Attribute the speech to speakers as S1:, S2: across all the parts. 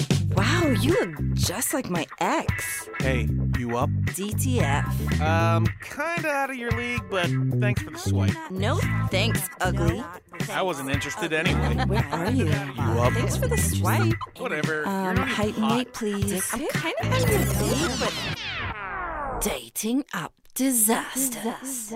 S1: Ew, you look just like my ex.
S2: Hey, you up?
S1: DTF.
S2: Um, kinda out of your league, but thanks for the swipe.
S1: No thanks, ugly.
S2: I wasn't interested anyway.
S1: Where are you?
S2: up?
S1: Thanks for the swipe.
S2: Whatever. You're
S1: Um,
S2: not even
S1: height and
S2: hot.
S1: weight, please. I'm kind of on your date, but dating up disasters.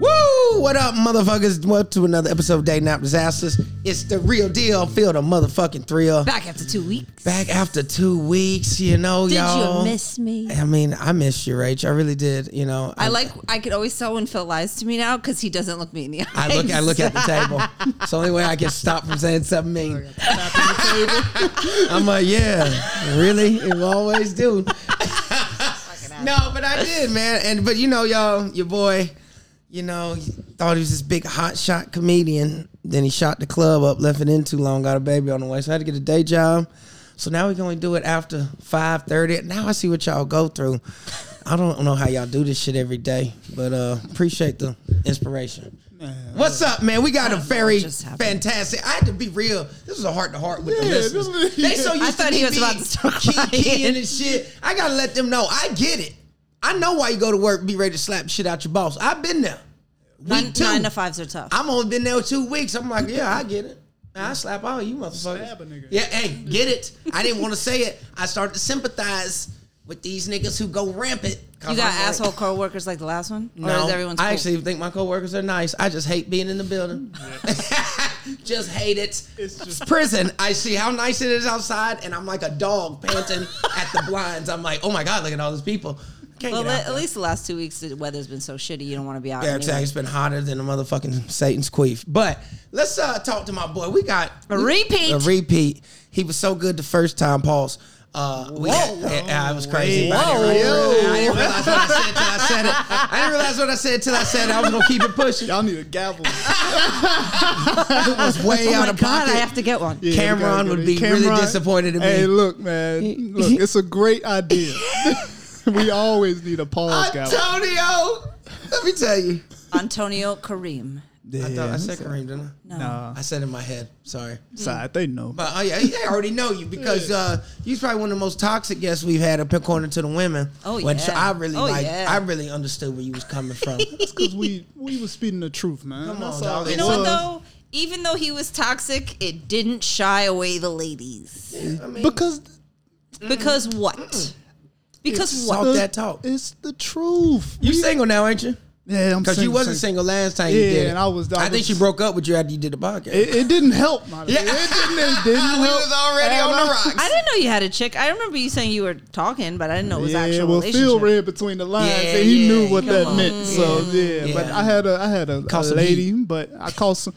S3: Woo! What up, motherfuckers? Welcome to another episode of Dating Out Disasters. It's the real deal. Feel the motherfucking thrill.
S4: back after two weeks.
S3: Back after two weeks, you know,
S4: Did
S3: y'all.
S4: you miss me?
S3: I mean, I miss you, Rach. I really did. You know,
S4: I like. I could always tell when Phil lies to me now because he doesn't look me in the eye.
S3: I look. I look at the table. It's the only way I can stop from saying something mean. I'm like, yeah, really? You always do. no, but I did, man. And but you know, y'all, your boy, you know, he thought he was this big hot shot comedian. Then he shot the club up, left it in too long, got a baby on the way, so I had to get a day job. So now we can only do it after five thirty. Now I see what y'all go through. I don't know how y'all do this shit every day, but uh appreciate the inspiration. What's up, man? We got a very
S4: just happened.
S3: fantastic. I had to be real. This was a heart to heart with the listeners.
S5: this is-
S3: They so used
S4: I
S3: to
S4: thought
S3: me
S4: he was
S3: being
S4: about to start
S3: key-
S4: crying.
S3: keying and shit. I gotta let them know. I get it. I know why you go to work, be ready to slap shit out your boss. I've been there. Week
S4: nine,
S3: two.
S4: nine to fives are tough.
S3: I'm only been there two weeks. I'm like, yeah, I get it. I slap all you motherfuckers.
S5: Stab a nigga.
S3: Yeah, hey, get it. I didn't want to say it. I started to sympathize with these niggas who go rampant.
S4: you got asshole coworkers like the last one, or
S3: No,
S4: is everyone's
S3: I
S4: cool?
S3: actually think my coworkers are nice. I just hate being in the building. just hate it. It's
S5: It's just-
S3: prison. I see how nice it is outside, and I'm like a dog panting at the blinds. I'm like, oh my god, look at all these people. I can't
S4: Well,
S3: get out
S4: at
S3: there.
S4: least the last two weeks the weather's been so shitty you don't want to be out.
S3: Yeah,
S4: anyway.
S3: exactly. It's been hotter than a motherfucking Satan's queef. But let's uh, talk to my boy. We got
S4: A repeat.
S3: A repeat. He was so good the first time, Pauls. Uh, we had- yeah, I was crazy. About it, right? I didn't realize what I said till I said it. I didn't realize what I said till I said it. I was gonna keep it pushing.
S5: Y'all need a gavel.
S3: It was way
S4: Oh
S3: out
S4: my
S3: of
S4: god, I
S3: pocket.
S4: have to get one.
S5: Yeah,
S3: Cameron
S5: we gotta
S3: would
S5: there.
S3: be really disappointed in me.
S5: Hey, look, man. Look, it's a great idea. we always need a pause gavel.
S3: Antonio, let me tell you.
S4: Antonio Kareem.
S5: yeah,
S3: I, thought I said Kareem, didn't I?
S4: No.
S5: nah.
S3: I said in my head. Sorry.
S5: Side, they know.
S3: But oh yeah, they already know you because uh, you're probably one of the most toxic guests we've had up according to the women.
S4: Oh,
S3: which
S4: yeah.
S3: I really
S4: Oh,
S3: like.
S4: yeah.
S3: I really understood where you was coming from.
S5: It's because we we was speaking the truth, man.
S3: Come
S5: That's
S3: on,
S5: all
S3: dog.
S5: it
S4: You know what
S5: was.
S4: though? Even though he was toxic, it didn't shy away the ladies.
S5: Because
S3: Mm.
S4: Because what? Because
S5: it's
S4: what?
S3: Talk
S5: the-
S3: that talk.
S5: It's the truth.
S3: you single now, ain't you?
S5: Yeah, I'm
S3: Because you
S5: single,
S3: wasn't single last time you
S5: Yeah,
S3: did it.
S5: and I was- I
S3: I think
S5: was-
S3: she broke up with you after you did the podcast.
S5: It, it didn't help. My
S3: Yeah.
S5: It didn't. It didn't
S3: we
S5: help.
S3: was already
S5: And
S3: on
S5: I-
S3: the rocks.
S4: I didn't know you had a chick. I remember you saying you were talking, but I didn't know it was
S5: yeah,
S4: actual
S5: well,
S4: relationship.
S5: Phil read between the lines,
S3: Yeah,
S5: and he
S3: yeah,
S5: knew what
S3: come
S5: that
S3: on.
S5: meant. So yeah, but
S3: Yeah.
S5: I had a I had a, a
S3: Caught some
S5: lady, but I called some.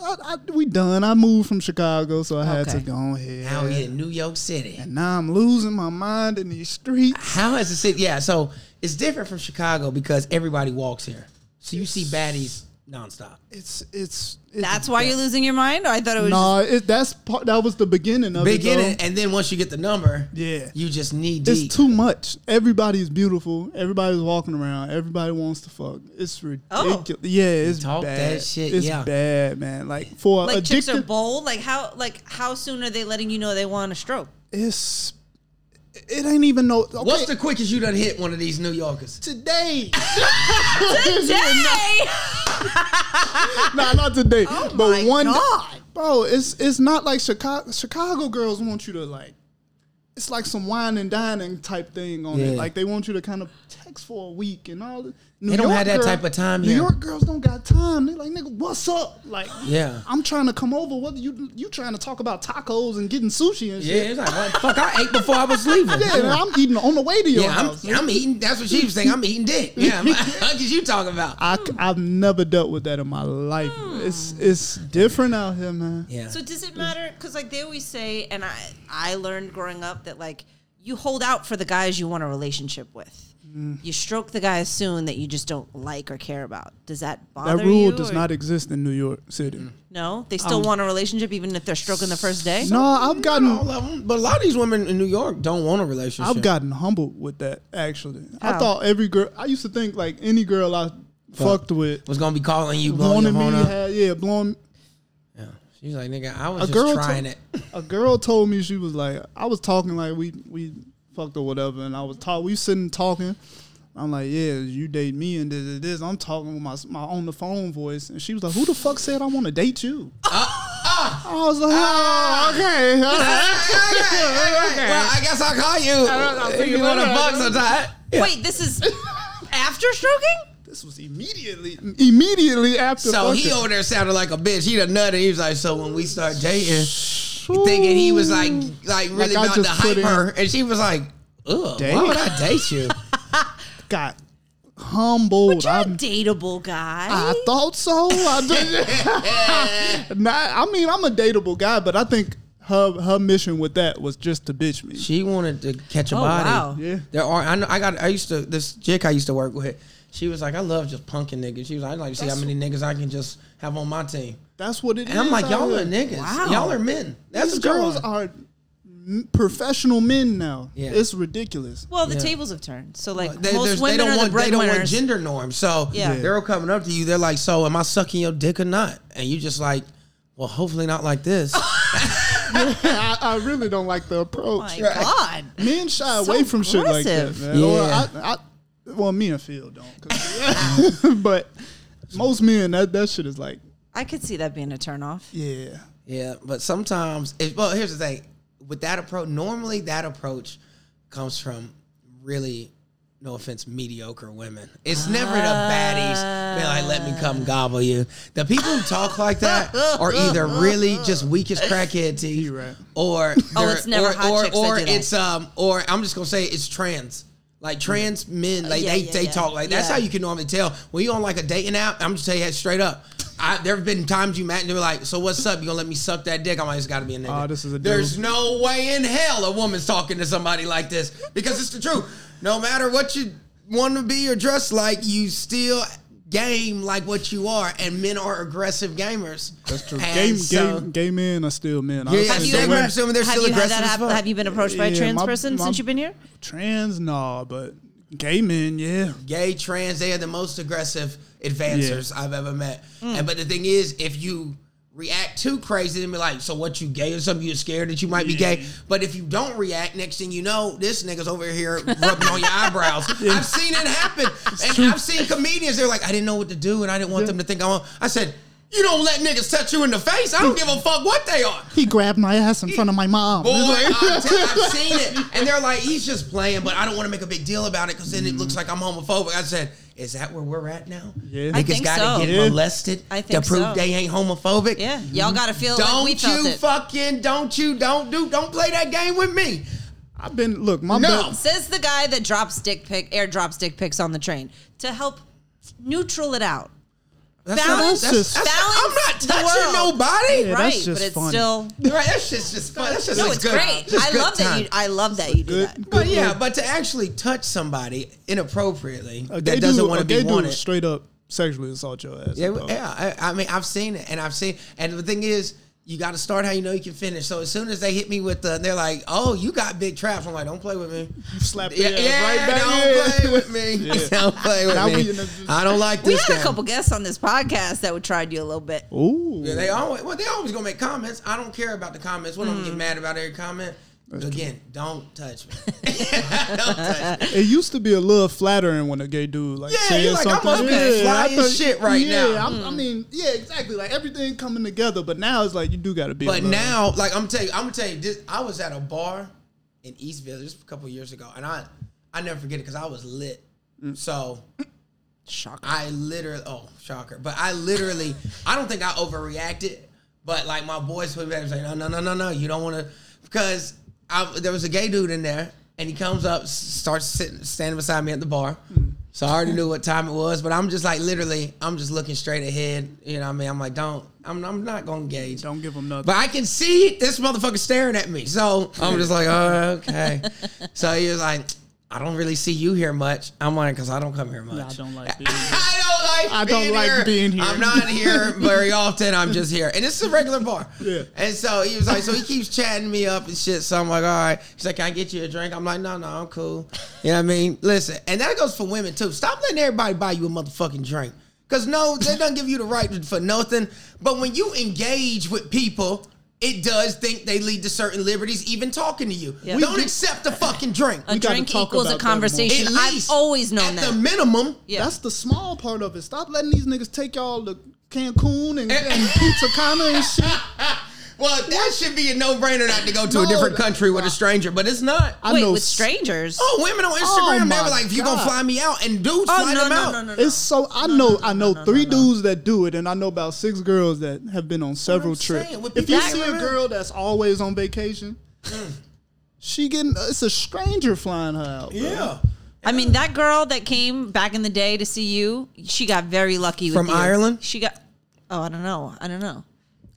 S5: I, I, we done. I moved from Chicago, so I had to
S4: Okay.
S5: go ahead.
S3: Now we in New York City.
S5: And now I'm losing my mind in these streets.
S3: How is the city? Yeah, so it's different from Chicago because everybody walks here. So you see baddies nonstop.
S5: It's it's, it's
S4: That's why you're losing your mind? Or I thought it was
S5: Nah, it, that's part, that was the beginning of
S3: Beginning,
S5: it.
S3: and then once you get the number,
S5: Yeah.
S3: you just knee
S5: though.
S3: deep.
S5: It's too much. Everybody's beautiful. Everybody's walking around. Everybody wants to fuck. It's ridiculous. Yeah, it's
S3: Talk that
S5: bad.
S3: shit,
S5: It's
S3: yeah.
S5: bad, man. Like for
S4: like chicks are
S5: addicted,
S4: bold? Like how like how soon are they letting you know they want a stroke?
S5: it's it ain't even no. Okay,
S3: What's the quickest you done hit one of these New Yorkers?
S5: today?
S4: Today
S5: nah, not today. but
S4: Oh my
S5: one,
S4: God.
S5: bro. It's it's not like Chicago. Chicago girls want you to like. It's like some wine and dining type thing on
S3: Yeah.
S5: it. Like they want you to kind of text for a week and all. New
S3: They don't have that type of time
S5: New
S3: here.
S5: York girls don't got time. They like nigga, what's up? Like
S3: Yeah.
S5: I'm trying to come over. What you you trying to talk about tacos and getting sushi and
S3: Yeah,
S5: shit?
S3: it's like, what the fuck? I ate before I was leaving.
S5: Yeah, and I'm eating on the way to your
S3: Yeah, I'm,
S5: house.
S3: I'm eating. That's what she was saying. I'm eating dick. Yeah, I'm- what is you talking about?
S5: I, have never dealt with that in my life.
S4: Hmm.
S5: It's it's different out here, man.
S3: Yeah.
S4: So does it matter? Because like they always say, and I I learned growing up that like you hold out for the guys you want a relationship with.
S5: Mm.
S4: You stroke the guys soon that you just don't like or care about. Does that bother
S5: That rule
S4: you,
S5: does
S4: or- Mm.
S5: not exist in New York City.
S4: No, they still want a relationship even if they're stroking the first day.
S5: No, I've
S3: All
S5: gotten
S3: of them, but a lot of these women in New York don't want a relationship.
S5: I've gotten humbled with that actually. I
S4: How?
S5: thought every girl I used to think like any girl I fucked with
S3: was gonna be calling you, blowing your
S5: wanted me
S3: horn
S5: to
S3: up.
S5: have yeah, blowing
S3: Yeah, She was like, nigga, I was
S5: A
S3: just
S5: girl
S3: trying
S5: told-
S3: it.
S5: A girl told me she was like, I was talking like we we fucked or whatever, and I was talking. We sitting talking. I'm like, yeah, you date me and this, this, this. I'm talking with my my on the phone voice, and she was like, who the fuck said I want to date you? I was like,
S3: Ah.
S5: oh, okay. all right, okay.
S3: Well, I guess I'll call you.
S5: don't know,
S3: if you
S5: figure
S3: want to
S5: it out.
S3: fuck sometime.
S4: Wait, this is after stroking?
S5: This was immediately immediately after.
S3: So he
S5: fucking.
S3: over there sounded like a bitch. He done nutted. He was like, so when we start dating, thinking he was like, like really
S5: I
S3: about to
S5: just put
S3: hype
S5: in-
S3: her, and she was like, ugh, why
S5: Damn.
S3: would I date you?
S5: got humbled.
S4: You're a
S5: I'm,
S4: dateable guy.
S3: Ah,
S5: I thought so. I did. Not, I mean, I'm a dateable guy, but I think her her mission with that was just to bitch me.
S3: She wanted to catch a
S4: Oh,
S3: body.
S4: wow.
S5: Yeah.
S3: There are. I, know, I got. I used to this chick I used to work with. She was like, I love just punking niggas. She was like, I'd like to see how many niggas I can just have on my team.
S5: That's what it is.
S3: And I'm like,
S5: out
S3: y'all
S5: here.
S3: are niggas.
S4: Wow.
S3: Y'all are men. That's
S5: These
S3: what y'all
S5: girls are m- professional men now.
S3: Yeah.
S5: It's ridiculous.
S4: well, the
S3: Yeah.
S4: tables have turned. So like
S3: They,
S4: most
S3: there's- they
S4: women
S3: don't
S4: are
S3: want
S4: the
S3: they don't want
S4: breadwinners.
S3: gender norms. So
S4: Yeah.
S3: they're all coming up to you. They're like, so am I sucking your dick or not? And you just like, well, hopefully not like this.
S5: I, I really don't like the
S4: My
S3: Oh
S5: approach.
S4: God.
S5: Men shy
S4: So
S5: away from shit like that,
S4: aggressive.
S5: man. Or
S3: Yeah.
S5: I, I, well, me and Phil don't. 'cause- but most men, that, that shit is like,
S4: I could see that being a turnoff.
S5: yeah.
S3: yeah, but sometimes, it, well, here's the thing. With that approach, normally that approach comes from really, no offense, mediocre women. It's never the baddies. They're like, let me come gobble you. The people who talk like that are either really just weak as crackhead teeth,
S5: You right.
S3: or
S4: Oh,
S3: they're-
S4: it's never
S3: or,
S4: hot
S3: or,
S4: chicks that
S3: or
S4: do that.
S3: it's um or I'm just gonna say it's trans. Like trans men, like
S4: Yeah,
S3: they,
S4: yeah,
S3: they
S4: yeah.
S3: talk like that's
S4: Yeah.
S3: how you can normally tell when you on like a dating app. I'm just tell you that straight up. I, there have been times you met and they were like, "So what's up? You gonna let me suck that dick?" I'm like, "It's got to be a nigga."
S5: Oh, this is a dude.
S3: There's no way in hell a woman's talking to somebody like this because it's the truth. No matter what you want to be or dress like, you still game like what you are, and men are aggressive gamers.
S5: That's true.
S3: And
S5: Gay,
S3: so-
S5: gay, gay men are still men.
S3: Yeah,
S5: Honestly,
S3: yeah,
S5: the
S3: still
S5: women-
S3: I'm assuming they're
S4: have
S3: still
S4: you had
S3: aggressive
S4: that
S3: as
S4: happen?
S3: fuck.
S4: Have you been approached by a
S5: Yeah,
S4: trans
S5: my-
S4: person
S5: my-
S4: since you've been here?
S5: Trans, nah, but gay men, yeah.
S3: gay, trans, they are the most aggressive advancers I've ever met. And but the thing is, if you react too crazy and be like, so what you gay or something, you're scared that you might be gay. But if you don't react, next thing you know, this nigga's over here rubbing on your eyebrows. I've seen it happen. and I've seen comedians, they're like, I didn't know what to do and I didn't want them to think I'm on. I said, you don't let niggas touch you in the face. I don't give a fuck what they are.
S5: He grabbed my ass in front of my mom.
S3: Boy, I'm t- I've seen it. And they're like, he's just playing, but I don't want to make a big deal about it because then it looks like I'm homophobic. I said, is that where we're at now?
S5: Yeah. I
S3: Niggas
S4: think
S3: got to
S4: so.
S3: get
S5: Yeah.
S3: molested
S4: I think
S3: to prove
S4: so.
S3: they ain't homophobic.
S4: Yeah, y'all got to feel like
S3: Don't
S4: we felt
S3: you
S4: it.
S3: fucking, don't you, don't do, don't play that game with me.
S5: I've been look, my
S3: No.
S5: best-
S4: Says the guy that drops dick pic, airdrops dick pics on the train to help neutral it out.
S3: That's
S4: Balance-
S3: that's- that's- I'm not
S4: balance the world.
S3: touching nobody.
S5: Yeah,
S4: right,
S5: that's
S4: but
S5: just
S4: it's
S5: funny.
S4: still
S3: Right, that's just, just fun. That's just
S4: no,
S3: a
S4: it's
S3: good-
S4: great.
S3: just
S4: I
S3: good
S4: love that
S3: time.
S4: you. I love that you Uh, do
S5: good,
S4: that.
S5: good
S3: But yeah,
S5: look.
S3: but to actually touch somebody inappropriately
S5: A gay
S3: that doesn't
S5: dude-
S3: want
S5: a
S3: to be
S5: gay dude
S3: wanted.
S5: straight up sexually assault your ass.
S3: Yeah,
S5: dog.
S3: yeah. I, I mean, I've seen it, and I've seen, and the thing is, you got to start how you know you can finish. So as soon as they hit me with the, they're like, "Oh, you got big traps." I'm like, "Don't play with me."
S5: Slap
S3: Yeah,
S5: yeah,
S3: yeah,
S5: right back
S3: don't
S5: in.
S3: play with me. Don't play with
S5: Now we
S3: me.
S5: in the-
S3: I don't like
S4: We
S3: this.
S4: had a
S3: guy.
S4: couple guests on this podcast that would try you a little bit.
S5: Ooh.
S3: Yeah, they always well, they always gonna make comments. I don't care about the comments. What I'm
S4: Mm.
S3: gonna get mad about every comment. Again, don't touch me. don't touch me.
S5: It used to be a little flattering when a gay dude like
S3: Yeah,
S5: said
S3: you're like, I
S5: something.
S3: must be the flyest shit right
S5: yeah,
S3: now.
S5: I'm, I mean, yeah, exactly. Like everything coming together, but now it's like you do got to be. a
S3: But
S5: little-
S3: now, like I'm telling you, I'm gonna tell you this. I was at a bar in East Village a couple years ago, and I I never forget it because I was lit.
S5: Mm.
S3: So
S4: Shocker.
S3: I literally, oh shocker, but I literally, I don't think I overreacted, but like my boys would be like, no, no, no, no, no, you don't want to, because I, there was a gay dude in there, and he comes up, s- starts sitting, standing beside me at the bar.
S5: Mm.
S3: So I already knew what time it was, but I'm just like literally, I'm just looking straight ahead. You know, what I mean, I'm like, don't, I'm, I'm not gonna engage.
S5: don't give him nothing.
S3: But I can see this motherfucker staring at me. So I'm just like, oh, okay. so he was like, I don't really see you here much. I'm like, because I don't come here much.
S5: I don't like being here.
S3: I don't like
S5: I don't
S3: being
S5: like
S3: here.
S5: being here.
S3: I'm not here very often. I'm just here. And this is a regular bar.
S5: Yeah.
S3: And so he was like, so he keeps chatting me up and shit. So I'm like, all right. He's like, can I get you a drink? I'm like, no, no, I'm cool. You know what I mean? Listen, and that goes for women too. Stop letting everybody buy you a motherfucking drink. Because no, they don't give you the right for nothing. But when you engage with people, it does think they lead to certain liberties, even talking to you.
S4: Yeah.
S3: Don't
S4: We-
S3: accept the fucking drink.
S4: A
S5: We gotta
S4: drink
S5: talk
S4: equals a
S5: about that more.
S4: conversation.
S3: At
S4: I've
S3: least
S4: always known
S3: At
S4: that.
S3: the minimum,
S4: yeah.
S5: That's the small part of it. Stop letting these niggas take y'all to Cancun and,
S4: Eh.
S5: and Punta Cana and shit.
S3: well, that should be a no-brainer not to go to a
S5: No,
S3: different
S5: that-
S3: country with a stranger, but it's not.
S5: I
S4: Wait,
S5: know
S4: with
S5: s-
S4: strangers.
S3: Oh, women on Instagram, they
S5: my
S3: were like, if you gonna
S5: God.
S3: fly me out, and dudes
S4: Oh,
S3: fly
S4: no,
S3: them
S4: no,
S3: out.
S4: no, no, no.
S5: It's so I know I know three dudes that do it, and I know about six girls that have been on several
S3: I'm saying,
S5: trips.
S3: with
S5: If
S3: people
S5: you
S3: that Mm.
S5: see a
S3: around.
S5: girl that's always on vacation, she getting it's a stranger flying her out. bro.
S3: Yeah.
S4: I mean, that girl that came back in the day to see you, she got very lucky with
S3: From
S4: you.
S3: Ireland?
S4: She got. Oh, I don't know. I don't know.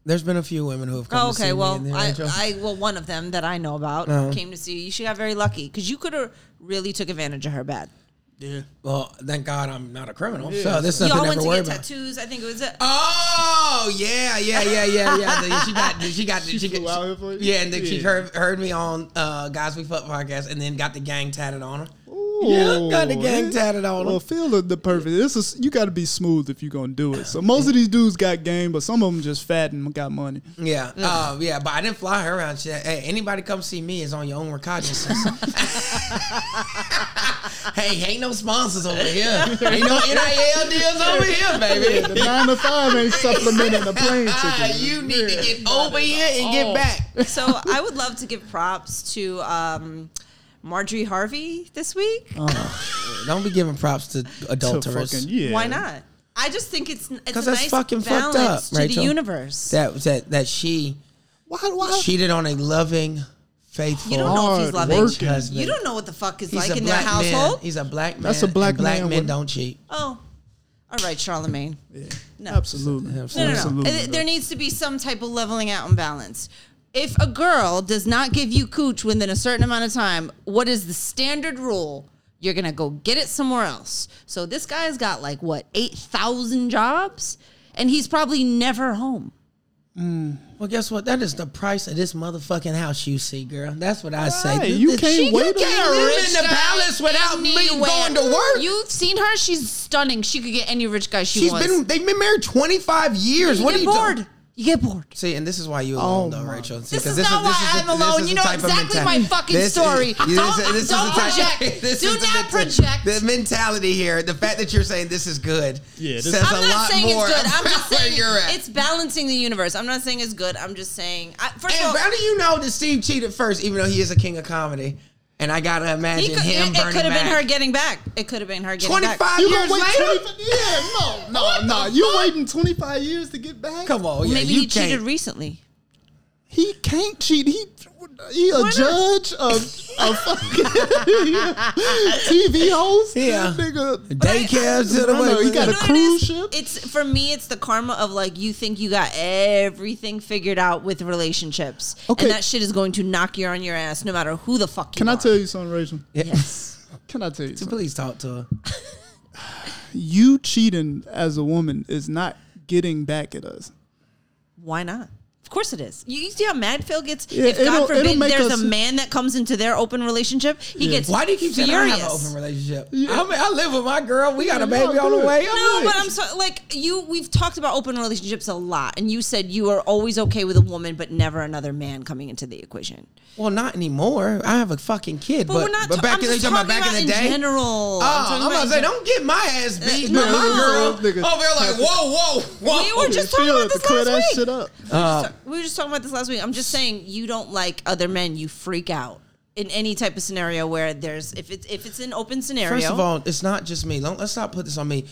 S3: There's been a few women who have come
S4: Oh,
S3: to see
S4: okay.
S3: me
S4: Well,
S3: and they're
S4: I,
S3: like,
S4: I well one of them that I know about
S3: Oh.
S4: came to see you. She got very lucky because you could have really took advantage of her bad.
S3: well, thank God I'm not a criminal, so there's
S4: You
S3: nothing
S4: all went
S3: to ever
S4: to
S3: worry
S4: get
S3: about.
S4: tattoos. I think it was it.
S3: Oh yeah, yeah, yeah, yeah, yeah. The- she got, she got, she,
S5: flew
S3: got-
S5: out here for you?
S3: Yeah, and then she
S5: Yeah.
S3: heard, heard me on uh, Guys We Fuck podcast, and then got the gang tatted on her.
S5: Ooh,
S3: got the gang
S5: eh?
S3: tatted on
S5: Well,
S3: them.
S5: feel the, the perfect. This is you got to be smooth if you gonna do it. So most of these dudes got game, but some of them just fat and got money.
S3: Yeah,
S5: Mm.
S3: uh, yeah, but I didn't fly her around. She said, "Hey, anybody come see me is on your own recognizance." hey, ain't no sponsors over here. Ain't no NIL deals over here,
S5: The
S3: baby.
S5: nine to five ain't supplementing the plane
S3: Ah,
S5: ticket.
S3: you need to get over here and
S5: Oh.
S3: get back.
S4: Uh, So I would love to give props to um, Marjorie Harvey this week.
S3: Don't be giving props to
S5: To
S3: adulterers.
S5: fucking, yeah.
S4: Why not? I just think it's it's a
S3: 'Cause that's
S4: nice
S3: fucking fucked
S4: balance
S3: up,
S4: to
S3: Rachel.
S4: the universe.
S3: That that that she
S5: Why? Why?
S3: cheated on a loving, faithful.
S4: You don't know if he's
S5: Hard
S4: loving.
S5: working.
S4: You don't know what the fuck is
S3: He's
S4: like
S3: a
S4: in their
S3: black man.
S4: household.
S3: He's a black man.
S5: That's a black
S3: and black
S5: man
S3: men
S5: with-
S3: don't cheat.
S4: Oh, all right, Charlemagne. No.
S5: Absolutely.
S4: No, no, no.
S5: Absolutely.
S4: Uh, There needs to be some type of leveling out and balance. If a girl does not give you cooch within a certain amount of time, what is the standard rule? You're gonna go get it somewhere else. So this guy's got like what eight thousand jobs, and he's probably never home.
S3: Well, guess what? That is the price of this motherfucking house you see, girl. That's what I say.
S5: Right,
S3: Th-
S5: you
S3: th-
S5: can't
S3: she-
S5: wait
S3: You can't
S5: on
S3: live
S4: rich
S3: in the
S4: guy
S3: palace without me
S4: anywhere.
S3: going to work.
S4: You've seen her; she's stunning. She could get any rich guy she
S3: She's
S4: wants.
S3: been. They've been married twenty five years.
S4: you
S3: what
S4: get
S3: are you
S4: bored.
S3: doing?
S4: You get bored.
S3: See, and this is why you alone, though,
S5: Oh my.
S3: Rachel. See,
S4: This
S3: 'cause
S4: is not
S3: this
S4: why
S3: is
S4: I'm
S3: the- this
S4: alone.
S3: is
S4: You
S3: the
S4: know
S3: type of
S4: exactly my
S3: mentality-
S4: fucking
S3: This is-
S4: story.
S3: this is-
S4: Don't-
S3: this is the
S4: don't
S3: type-
S4: project.
S3: this
S4: Do
S3: is the
S4: not
S3: menta-
S4: project.
S3: The mentality here, the fact that you're saying this is good,
S5: Yeah, this-
S3: says
S5: I'm
S3: a lot more
S4: I'm
S3: about
S4: just
S3: where
S4: saying
S3: you're at.
S4: it's balancing the universe. I'm not saying it's good. I'm just saying. I, first of all,
S3: And how do you know that Steve cheated first, even though he is a king of comedy? And I gotta
S4: he
S3: imagine
S4: could,
S3: him
S4: it,
S3: burning
S4: could have been her
S3: back.
S4: getting back. It could have been her getting back.
S3: 25
S5: You
S3: years
S5: gonna wait
S3: later?
S5: 25 Yeah, no, no, no.
S3: the
S5: You
S3: fuck?
S5: waiting 25 years to get back?
S3: Come on, yeah,
S4: Maybe
S3: you
S4: he
S3: can't.
S4: cheated recently.
S5: He can't cheat. He he a
S4: not?
S5: judge, a, a fucking TV host.
S3: Yeah.
S5: That nigga.
S3: Daycare to the
S5: I know,
S3: way.
S5: he
S4: You know what
S5: got a
S4: it is?
S5: cruise ship.
S4: It's for me. It's the karma of like you think you got everything figured out with relationships,
S5: Okay.
S4: and that shit is going to knock you on your ass no matter who the fuck. You
S5: Can I
S4: are.
S5: tell you something, Rachel?
S4: Yes.
S5: Can I tell you something?
S3: Please talk to her.
S5: You cheating as a woman is not getting back at us.
S4: Why not? Of course it is. You, you see how mad Phil gets?
S5: Yeah,
S4: if
S5: it'll-
S4: God
S5: it'll
S4: forbid
S5: make
S4: there's
S5: us-
S4: a man that comes into their open relationship, he gets
S3: Why do you keep saying I
S4: furious.
S3: have an open relationship?
S5: Yeah.
S3: I mean, I live with my girl. We got a
S5: Yeah, y'all
S3: baby on the
S5: good.
S3: way. I'm
S4: no,
S3: like-
S4: but I'm so like you. We've talked about open relationships a lot, and you said you are always okay with a woman, but never another man coming into the equation.
S3: Well, not anymore. I have a fucking kid. But,
S4: But, we're not.
S3: but
S4: ta-
S3: back
S4: I'm
S3: in,
S4: just
S3: you talking about back in the day.
S4: general.
S3: Oh, I'm
S4: talking
S3: about to
S4: in
S3: say,
S4: gen-
S3: don't get my ass beat by
S4: no.
S3: my
S5: Those
S3: girl.
S5: niggas-
S3: Oh, they're like, whoa, whoa, whoa.
S4: We were just talking
S5: Feel
S4: about
S5: it to
S4: this
S5: clear
S4: last
S5: that
S4: week.
S5: shit up.
S4: We were just talking about this last week. I'm just saying you don't like other men. You freak out in any type of scenario where there's if it's if it's an open scenario.
S3: First of all, it's not just me. Don't, let's not put this on me.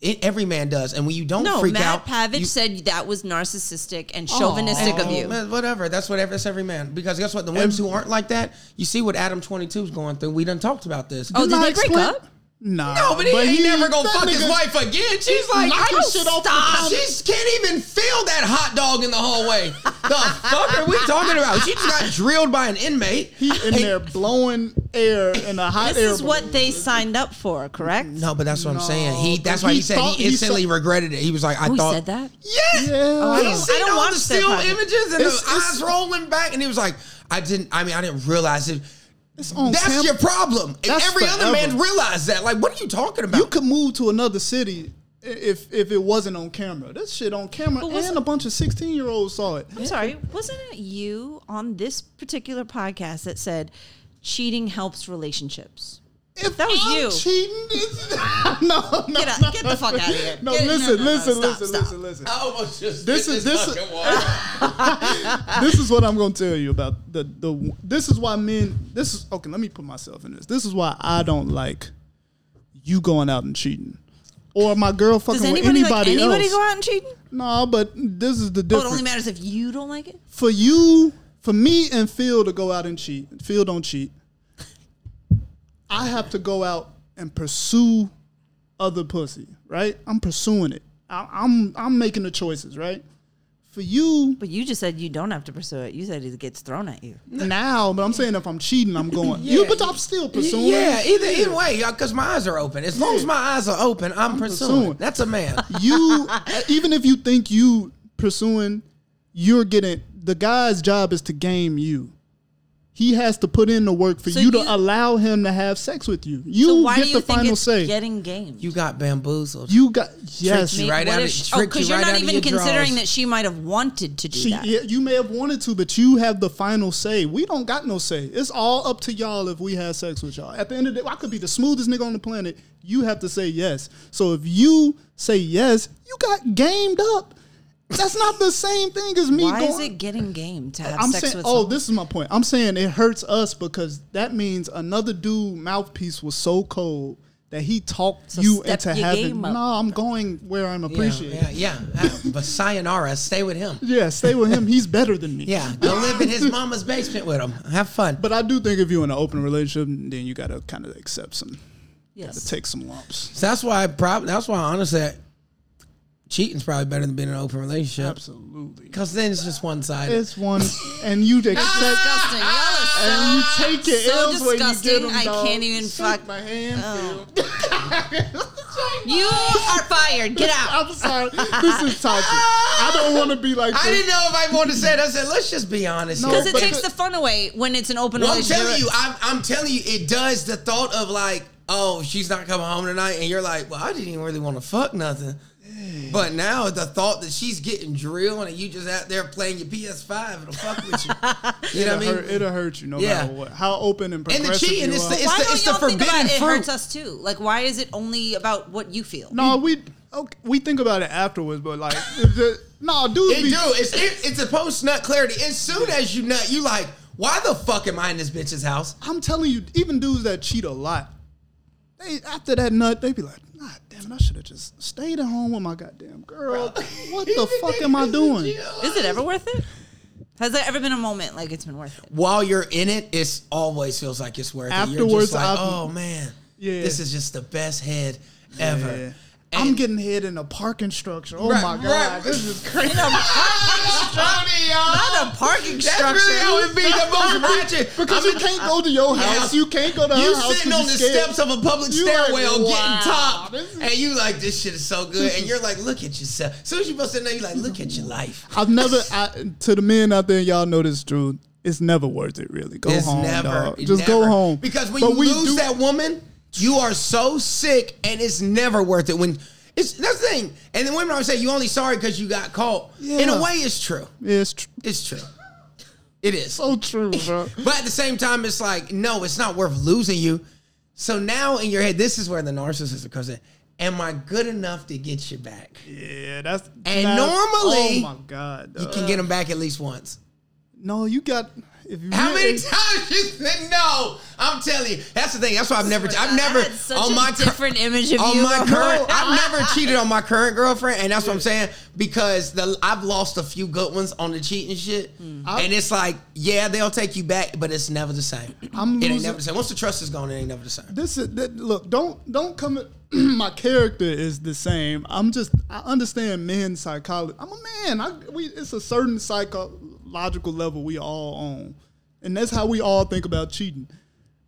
S3: It, every man does, and when you don't
S4: no,
S3: freak
S4: Matt
S3: out,
S4: Pavich
S3: you-
S4: said that was narcissistic and chauvinistic of you.
S3: Man, Oh, whatever. That's whatever. That's every man. Because guess what? The ones who aren't like that, you see what Adam 22 is going through. We done talked about this.
S4: Oh, did
S5: I
S4: they break
S5: explain-
S4: up?
S5: Nah.
S3: No, but he ain't never gonna
S5: that
S3: fuck his
S5: nigga-
S3: wife again. She's like,
S5: knocking
S3: I
S5: shit off the
S3: stop.
S5: counter.
S3: She can't even feel that hot dog in the hallway. the fuck are we talking about? She just got drilled by an inmate.
S5: He in there blowing air in a hot
S4: This
S5: air
S4: is what
S5: balloon.
S4: they signed up for, correct?
S3: No, but that's what I'm saying. He
S5: but
S3: that's why
S5: he
S3: he said
S5: thought-
S3: he
S5: he
S3: instantly
S5: saw-
S3: regretted it. He was like, I
S4: Who
S3: thought
S4: said that?
S3: Yes.
S5: Yeah. I
S3: He
S5: don't-
S3: seen
S4: I don't
S3: all
S4: watch
S3: the
S4: that
S3: still
S4: part.
S3: images and
S5: It's-
S3: the
S5: it's-
S3: eyes rolling back, and he was like, I didn't. I mean, I didn't realize it.
S5: It's on
S3: That's
S5: camera.
S3: your problem. And
S5: That's
S3: every other
S5: forever.
S3: man realized that. Like, what are you talking about?
S5: You could move to another city if if it wasn't on camera. This shit on camera,
S4: But
S5: and
S4: was-
S5: a bunch of sixteen year olds saw it.
S4: I'm sorry, wasn't it you on this particular podcast that said cheating helps relationships?
S5: If
S4: That was
S5: I'm
S4: you.
S5: cheating, it's- no, no,
S4: Get, out,
S5: no.
S4: get the fuck out of here.
S5: No,
S4: Get- no,
S5: listen,
S4: no,
S5: listen,
S4: stop,
S5: listen,
S4: stop.
S5: listen, listen.
S3: I almost just
S5: This
S3: spit
S5: is- this is-
S3: fucking water.
S5: This is what I'm gonna tell you about the the. This is why men. This is okay. Let me put myself in this. This is why I don't like you going out and cheating, or my girl fucking
S4: Does
S5: with
S4: anybody,
S5: anybody
S4: like anybody
S5: else.
S4: go out and cheating?
S5: No, but this is the
S4: Oh, it
S5: difference.
S4: only matters if you don't like it.
S5: for you, for me and Phil to go out and cheat, Phil don't cheat. I have to go out and pursue other pussy, right? I'm pursuing it. I, I'm I'm making the choices, right? For you
S4: But you just said you don't have to pursue it. You said it gets thrown at you.
S5: now, but I'm saying if I'm cheating, I'm going. You, but I'm still pursuing.
S3: Yeah, either either way, because my eyes are open. As long as
S5: Yeah.
S3: my eyes are open, I'm, pursuing.
S5: pursuing.
S3: That's a man.
S5: You even if you think you pursuing, you're getting the guy's job is to game you. He has to put in the work for
S4: So
S5: you to
S4: you-
S5: allow him to have sex with you. You
S4: so why
S5: get
S4: do you
S5: the
S4: think
S5: final
S4: it's
S5: say.
S4: getting games?
S3: you got bamboozled.
S5: You got yes.
S3: you right
S4: What
S3: out
S4: if
S3: of-
S4: she- oh,
S3: tricked you
S4: you're
S3: right
S4: not
S3: out of
S4: even
S3: your
S4: considering
S3: drawers.
S4: that she might have wanted to do
S5: She,
S4: that.
S5: yeah, you may have wanted to, but you have the final say. We don't got no say. It's all up to y'all if we had sex with y'all. At the end of the day, I could be the smoothest nigga on the planet. You have to say yes. So if you say yes, you got gamed up. That's not the same thing as me
S4: Why
S5: going.
S4: is it getting game to have
S5: I'm
S4: sex
S5: saying,
S4: with?
S5: oh,
S4: someone?
S5: this is my point. I'm saying it hurts us because that means another dude mouthpiece was so cold that he talked
S4: So
S5: you
S4: step
S5: into
S4: your
S5: having.
S4: game up.
S5: No, I'm going where I'm appreciated.
S3: Yeah, yeah. yeah. Uh, but sayonara, stay with him.
S5: Yeah, stay with him. He's better than me.
S3: Yeah, go live in his mama's basement with him. Have fun.
S5: But I do think if you're in an open relationship, then you gotta kind of accept some,
S4: yes.
S5: gotta take some lumps.
S3: So that's why. I prob- that's why honestly, I- cheating's probably better than being in an open relationship.
S5: Absolutely.
S3: Because then it's just one sided.
S5: It's one, and you accept,
S4: disgusting. Y'all are so-
S5: and you take your
S4: so
S5: L's when you get
S4: disgusting.
S5: 'em,
S4: I
S5: dog.
S4: can't even
S5: Shake
S4: fuck-
S5: my hand.
S3: Oh.
S5: Phil.
S4: you are fired. Get out.
S5: I'm sorry. This is toxic. I don't want to be like.
S3: I
S5: this.
S3: didn't know if I wanted to say it. I said, let's just be honest.
S5: No,
S3: here.
S4: Because it
S5: but
S4: takes
S5: the-
S4: the fun away when it's an open
S3: Well, I'm
S4: relationship.
S3: telling you, I'm, I'm telling you, it does the thought of like, oh, she's not coming home tonight, and you're like, well, I didn't even really want to fuck nothing. But now the thought that she's getting drilled and you just out there playing your PS5, it'll fuck with you. you know
S5: It'll,
S3: what I
S5: hurt,
S3: mean?
S5: it'll hurt you no
S3: Yeah.
S5: matter what. How open and
S3: And
S5: progressive
S3: the cheating
S5: you
S3: is
S5: are.
S3: the, it's
S4: why
S3: the,
S4: don't
S3: it's the
S4: y'all think about
S3: forbidden
S4: it? It
S3: fruit.
S4: hurts us too. Like, why is it only about what you feel?
S5: no, we okay, we think about it afterwards, but like, it's just, no, dudes
S3: It
S5: be
S3: do. It's it, it's a post nut clarity. As soon as you nut, you like, why the fuck am I in this bitch's house?
S5: I'm telling you, even dudes that cheat a lot, they after that nut, they be like, God damn it, I should have just stayed at home with my goddamn girl. What the fuck am I doing?
S4: Is it ever worth it? Has there ever been a moment like it's been worth it?
S3: While you're in it, it's always feels like it's worth it. You're
S5: Afterwards,
S3: just like,
S5: I've-
S3: oh man,
S5: Yeah.
S3: this is just the best head ever.
S5: Yeah.
S3: And-
S5: I'm getting hit in a parking structure. Oh
S3: Right,
S5: my god,
S3: right.
S5: this is crazy.
S4: Not a parking
S3: That's
S4: structure.
S3: really how it be the most ratchet.
S5: Because
S3: I mean,
S5: you can't go to your house,
S3: Yeah.
S5: you can't go to
S3: You
S5: her house.
S3: sitting
S5: 'cause
S3: on the
S5: you scared.
S3: steps of a public
S5: You like,
S3: stairwell
S5: wow,
S3: getting top,
S5: this is-
S3: and you like this shit is so good,
S5: This
S3: and
S5: is-
S3: you're like, look at yourself. As soon as you bust in there, you like, look at your life.
S5: I've never I, to the men out there, y'all know this, Drew. It's never worth it, really. Go
S3: It's
S5: home,
S3: never,
S5: dog.
S3: it
S5: Just go
S3: never-
S5: home.
S3: Because when
S5: But
S3: you
S5: we
S3: lose
S5: do-
S3: that woman, you are so sick, and it's never worth it. When it's that's the thing, and the women always say you only sorry because you got caught. In
S5: Yeah.
S3: a way, it's true.
S5: it's tr-
S3: It's true. It is.
S5: so true, bro.
S3: But at the same time, it's like, no, it's not worth losing you. So now in your head, this is where the narcissism comes in. Am I good enough to get you back?
S5: Yeah, that's
S3: And
S5: that's-
S3: normally,
S5: Oh my god,
S3: You
S5: dog.
S3: can get them back at least once.
S5: no, you got. If you
S3: How many
S5: really-
S3: times you said no? I'm telling you, that's the thing. That's why I've never, I've never
S4: I had such
S3: on
S4: a
S3: my cur-
S4: different image of
S3: on
S4: you.
S3: my current. I've never cheated on my current girlfriend, and that's what I'm saying because the I've lost a few good ones on the cheating shit,
S5: Mm.
S3: and it's like, yeah, they'll take you back, but it's never the same.
S5: I'm
S3: it ain't
S5: losing-
S3: never the same. Once the trust is gone, it ain't never the same.
S5: This is that, look. Don't don't come. at- my character is the same. I'm just. I understand men's psychology. I'm a man. I we. It's a certain psychological level we all on, and that's how we all think about cheating.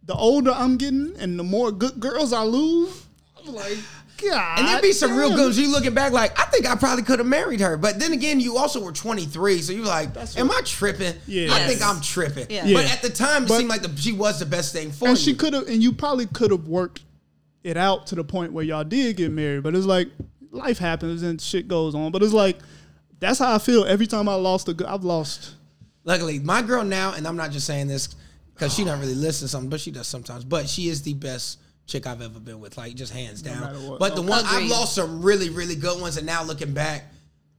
S5: The older I'm getting, and the more good girls I lose, I'm like, God.
S3: And there'd be some real
S5: damn.
S3: goons you looking back like, I think I probably could have married her. But then again, you also were 23, so you're like, am I tripping?
S5: Yeah.
S3: I think
S4: Yes.
S3: I'm tripping.
S4: Yeah.
S3: But
S5: Yeah.
S3: at the time, it
S5: But-
S3: seemed like the, she was the best thing for
S5: and
S3: you.
S5: she could have, and you probably could have worked it out to the point where y'all did get married. But it's like life happens and shit goes on. But it's like that's how I feel every time I lost a good. I've lost.
S3: Luckily, my girl now, and I'm not just saying this because she don't really listen to something, but she does sometimes. But she is the best chick I've ever been with, like just hands
S5: matter
S3: down.
S5: what.
S3: but the one I've
S4: Agreed.
S3: lost some really, really good ones, and now looking back,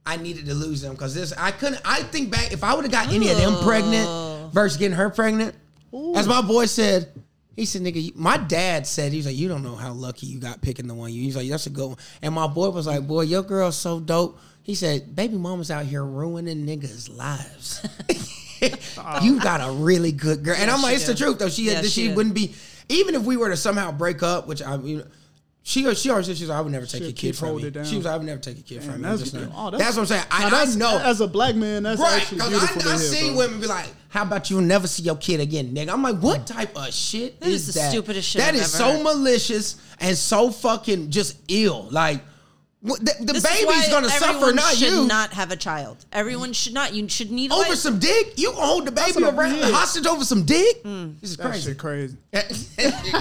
S3: I needed to lose them because this I couldn't. I think back if I would have got any of them pregnant versus getting her pregnant, as my boy said. He said, "Nigga, you, my dad said he was like, you don't know how lucky you got picking the one you." He's like, "That's a good one." And my boy was like, "Boy, your girl's so dope." He said, "Baby mama's out here ruining niggas' lives." you got a really good girl, and I'm like,
S4: she
S3: it's
S4: do.
S3: the truth though. She
S4: Yeah,
S3: she,
S4: she did.
S3: wouldn't be even if we were to somehow break up, which I mean. She, she always said she was like, I would never take your
S5: She'll keep
S3: kid from
S5: hold
S3: me.
S5: it down.
S3: She was like, I would never take your kid from
S5: Man,
S3: me. I'm
S5: that's-
S3: just not-
S5: oh, that's-
S3: that's, what I'm saying. I,
S5: Now, that's-
S3: I know.
S5: as a black man, that's
S3: right.
S5: actually
S3: 'cause
S5: beautiful.
S3: I, I
S5: to hear,
S3: seen
S5: bro.
S3: women be like, how about you'll never see your kid again, nigga? I'm like, what type of shit
S4: Mm. That is
S3: is
S4: the
S3: that?
S4: stupidest shit
S3: That
S4: I've
S3: is
S4: ever
S3: so
S4: heard.
S3: malicious and so fucking just ill. Like, what, the, the
S4: This is why
S3: baby's going to suffer,
S4: everyone
S3: not
S4: should
S3: you.
S4: Not have a child. Everyone should not. You should need a
S3: over
S4: life.
S3: some dick? You gonna hold the baby
S5: what I'm-
S3: around
S5: yeah.
S3: hostage over some dick?
S4: Mm.
S3: This is
S5: That
S3: crazy. Eh.
S5: shit crazy.
S3: Crazy.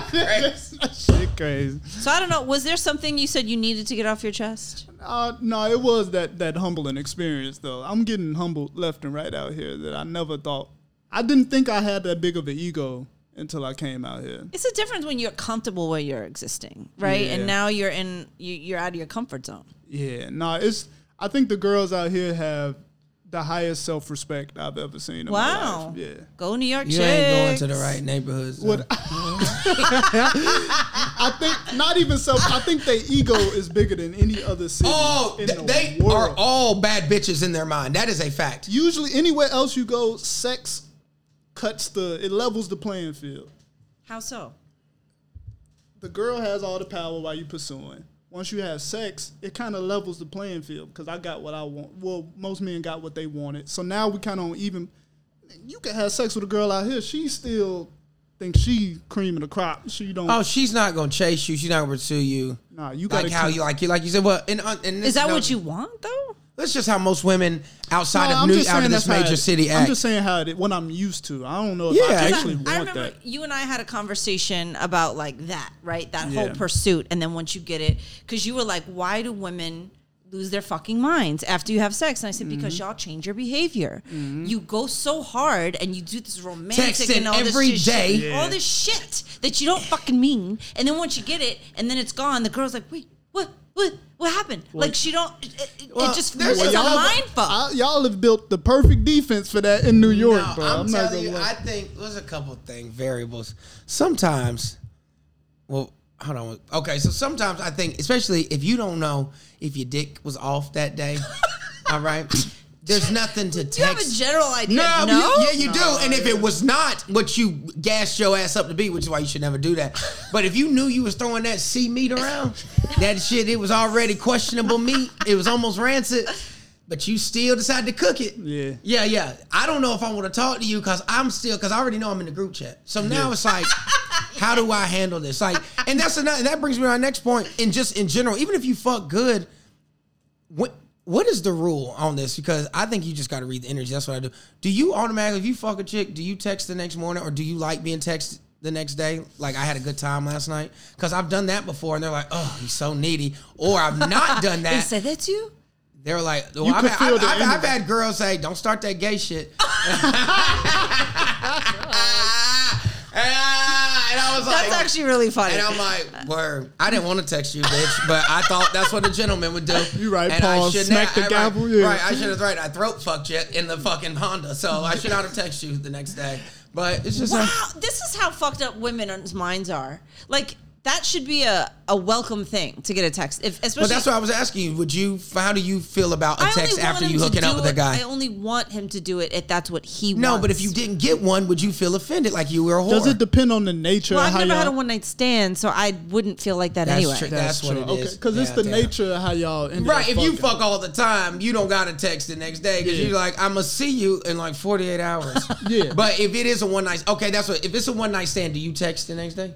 S5: That shit crazy.
S4: So I don't know. Was there something you said you needed to get off your chest?
S5: Uh, no, it was that that humbling experience though. I'm getting humbled left and right out here that I never thought. I didn't think I had that big of an ego until I came out here.
S4: It's a difference when you're comfortable where you're existing, right?
S5: Yeah.
S4: And now you're in. You, you're out of your comfort zone.
S5: Yeah, no, it's. I think the girls out here have the highest self respect I've ever seen. In My
S4: Wow.
S5: life. Yeah.
S4: Go New York.
S3: You ain't going to the
S4: chicks.
S3: right neighborhoods.
S5: What? I think not even self. I think their ego is bigger than any other city.
S3: Oh,
S5: in
S3: th-
S5: the
S3: they
S5: world.
S3: are all bad bitches in their mind. That is a fact.
S5: Usually, anywhere else you go, sex cuts the. It levels the playing field.
S4: How so?
S5: the girl has all the power while you pursuing. Once you have sex, it kind of levels the playing field because I got what I want. Well, most men got what they wanted, so now we kind of even. You can have sex with a girl out here. She still thinks she cream of the crop. She don't.
S3: Oh, she's not gonna chase you. She's not gonna pursue you.
S5: Nah, you
S3: like
S5: gotta
S3: how
S5: keep-
S3: you like you like you said. Well, and, uh, and this
S4: Is that
S3: no,
S4: what you want though?
S3: That's just how most women outside
S5: No,
S3: of
S5: I'm
S3: New
S5: just
S3: out of
S5: saying
S3: this
S5: that's how
S3: major
S5: it-
S3: city
S5: I'm
S3: act.
S5: just saying how it, what I'm used to. I don't know if I
S3: Yeah,
S5: actually
S4: I
S5: want
S4: remember
S5: that.
S4: you and I had a conversation about like that, right? That whole
S5: Yeah.
S4: pursuit. And then once you get it, because you were like, why do women lose their fucking minds after you have sex? And I said, because
S3: Mm-hmm.
S4: y'all change your behavior. You go so hard and you do this romantic
S3: Texting
S4: and all
S3: every
S4: this shit-
S3: day.
S4: shit- all this shit that you don't fucking mean. And then once you get it and then it's gone, the girl's like, wait, what, what, what happened? like she don't, it, it, it just,
S3: there's-
S4: it's a
S3: Well, y'all-
S4: mind fuck.
S5: I- y'all have built the perfect defense for that in New York,
S3: No,
S5: bro.
S3: I'm,
S5: I'm, not
S3: telling
S5: gonna
S3: you,
S5: lie.
S3: I think there's a couple thing variables. Sometimes, well, hold on. Okay, so sometimes I think, especially if you don't know if your dick was off that day, all right. There's nothing to text.
S4: you have a general idea.
S3: No,
S4: No,
S3: you- yeah, you do. And if it was not what you gassed your ass up to be, which is why you should never do that. But if you knew you was throwing that sea meat around, that shit, it was already questionable meat. It was almost rancid. But you still decided to cook it.
S5: Yeah.
S3: Yeah, yeah. I don't know if I want to talk to you because I'm still because I already know I'm in the group chat. So now it's like, how do I handle this? Like, and that's another. And that brings me to our next point. And just in general, even if you fuck good, what what is the rule on this? Because I think you just got to read the energy. That's what I do. Do you automatically, if you fuck a chick, do you text the next morning or do you like being texted the next day? Like I had a good time last night because I've done that before, and they're like, "Oh, he's so needy," or I've not done
S4: They
S3: that.
S4: said that to you?
S3: They were like, well,
S5: You
S3: I've,
S5: could
S3: had,
S5: feel
S3: I've,
S5: the
S3: I've, I've
S5: energy.
S3: had girls say, don't start that gay shit. and I was
S4: That's
S3: like,
S4: actually really funny.
S3: and I'm like, word. I didn't want to text you, bitch, but I thought that's what a gentleman would do.
S5: You right,
S3: And I
S5: pause,
S3: should
S5: smack
S3: not-
S5: the
S3: I- right,
S5: gavel,
S3: Right,
S5: yeah.
S3: I should have right. I throat fucked you in the fucking Honda, so I should not have texted you the next day. But it's just uh, like,
S4: wow, this is how fucked up women's minds are. Like that should be a, a welcome thing to get a text. If especially,
S3: but that's what I was asking you. Would you? How do you feel about a
S4: I only
S3: text
S4: want
S3: after
S4: him
S3: you
S4: to
S3: hooking up
S4: do
S3: with a
S4: it-
S3: guy?
S4: I only want him to do it if that's what he wants.
S3: no, but if you didn't get one, would you feel offended like you were a whore?
S5: Does it depend on the nature?
S4: well,
S5: of
S4: I've
S5: how
S4: never had a
S5: y'all-
S4: one night stand, so I wouldn't feel like that
S3: That's
S4: anyway.
S3: true. That's
S5: That's,
S3: what
S5: true.
S3: it
S5: Okay,
S3: is.
S5: because it's
S3: Yeah,
S5: the
S3: damn.
S5: nature of how y'all end
S3: Right,
S5: up
S3: if you
S5: fucking.
S3: fuck all the time, you don't gotta text the next day because
S5: Yeah.
S3: you're like, I'm gonna see you in like 48 hours.
S5: Yeah.
S3: But if it is a one night, okay, that's what. If it's a one night stand, do you text the next day?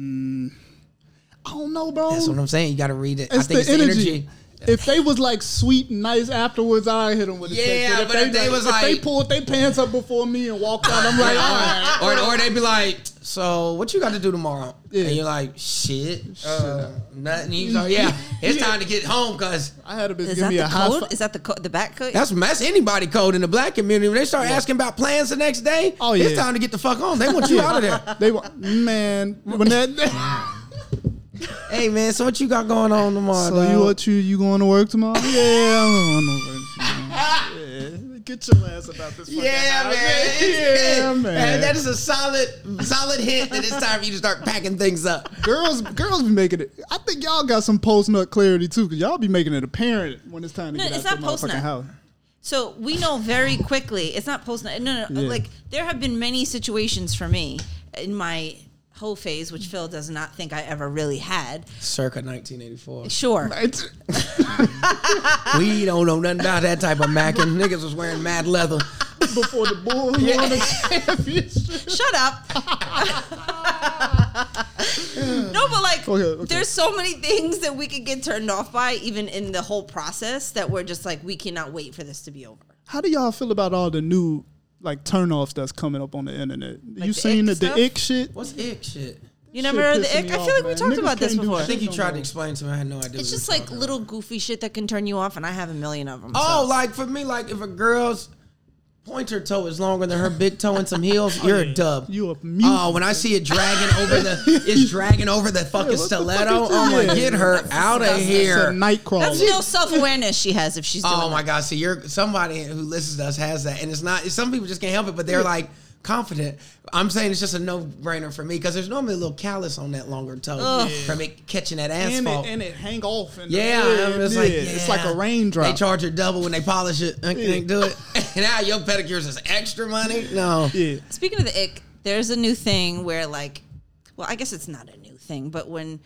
S5: I don't know, bro.
S3: That's what I'm saying. You gotta read it. I
S5: it's
S3: think
S5: the
S3: it's
S5: energy.
S3: the energy.
S5: If they was like sweet and nice afterwards, I hit them with a
S3: Yeah,
S5: stick.
S3: but if they was
S5: if they
S3: like-
S5: pulled their pants up before me and walked out, I'm like, all right.
S3: uh, or, or they'd be like, so what you got to do tomorrow?
S5: Yeah.
S3: And you're like, shit, uh, nothing. He's like, yeah, it's time to get home because
S5: I had a bitch
S4: Is
S5: give
S4: that
S5: me a
S4: the
S5: high
S4: code?
S5: five.
S4: Is that the co- the back code?
S3: that's that's anybody code in the black community. When they start asking about plans the next day,
S5: Oh,
S3: it's
S5: yeah.
S3: time to get the fuck home. They want you out of there.
S5: They wa- man, when that
S3: Hey man, so what you got going on tomorrow?
S5: so you
S3: dog?
S5: what you you going to work tomorrow? Yeah, I'm going to work. tomorrow. Yeah, get your ass about this. fucking
S3: Yeah,
S5: house.
S3: man.
S5: Yeah, man.
S3: And that is a solid, solid hint that it's time for you to start packing things up.
S5: girls, girls be making it. I think y'all got some post nut clarity too, cause y'all be making it apparent when it's time to
S4: No,
S5: get
S4: it's
S5: out the
S4: not post
S5: motherfucking
S4: nut.
S5: house.
S4: So we know very quickly. It's not post. No, no, no.
S5: Yeah.
S4: Like there have been many situations for me in my whole phase, which Phil does not think I ever really had.
S3: Circa 1984.
S4: Sure,
S5: It's,
S3: We don't know nothing about that type of macking. Niggas was wearing mad leather.
S5: before the Bulls won the championship.
S4: shut up. no, but like,
S5: Okay, okay.
S4: there's so many things that we could get turned off by, even in the whole process, that we're just like, we cannot wait for this to be over.
S5: How do y'all feel about all the new like turnoffs that's coming up on the internet?
S4: the
S5: you seen
S4: ick
S5: the, the
S4: stuff?
S5: ick shit?
S3: What's ick shit?
S4: You
S5: Shit
S4: never heard
S5: pissing
S4: the ick?
S5: me
S4: I feel
S5: off,
S4: like we
S5: man.
S4: talked
S5: Niggas
S4: about this
S5: can't do
S4: before.
S3: I think you
S5: No
S3: tried to
S5: more.
S3: explain to me. I had no idea.
S4: It's
S3: what
S4: just
S3: you were
S4: like
S3: talking
S4: little goofy shit that can turn you off, and I have a million of them.
S3: about. Oh, like for me, like if a girl's pointer toe is longer than her big toe and some heels, you're a dub.
S5: Oh, You a mute.
S3: Oh, when I see it dragging over the, it's dragging over the fucking
S5: what the fuck
S3: stiletto.
S5: is
S3: oh
S5: that?
S3: my, get her out of
S5: it's
S3: here.
S5: a night crawler.
S4: That's no self awareness she has if she's doing
S3: Oh my
S4: that.
S3: God! So you're somebody who listens to us has that, and it's not. Some people just can't help it, but they're like confident. I'm saying it's just a no brainer for me because there's normally a little callus on that longer toe from it catching that
S5: and it,
S3: asphalt.
S5: and it hang off. And
S3: yeah, I'm just like,
S5: it's like
S3: yeah.
S5: a raindrop.
S3: They charge you double when they polish it. I can't do it. And now your pedicures is extra money. No,
S5: yeah.
S4: Speaking of the ick, there's a new thing where like, well, I guess it's not a new thing, but when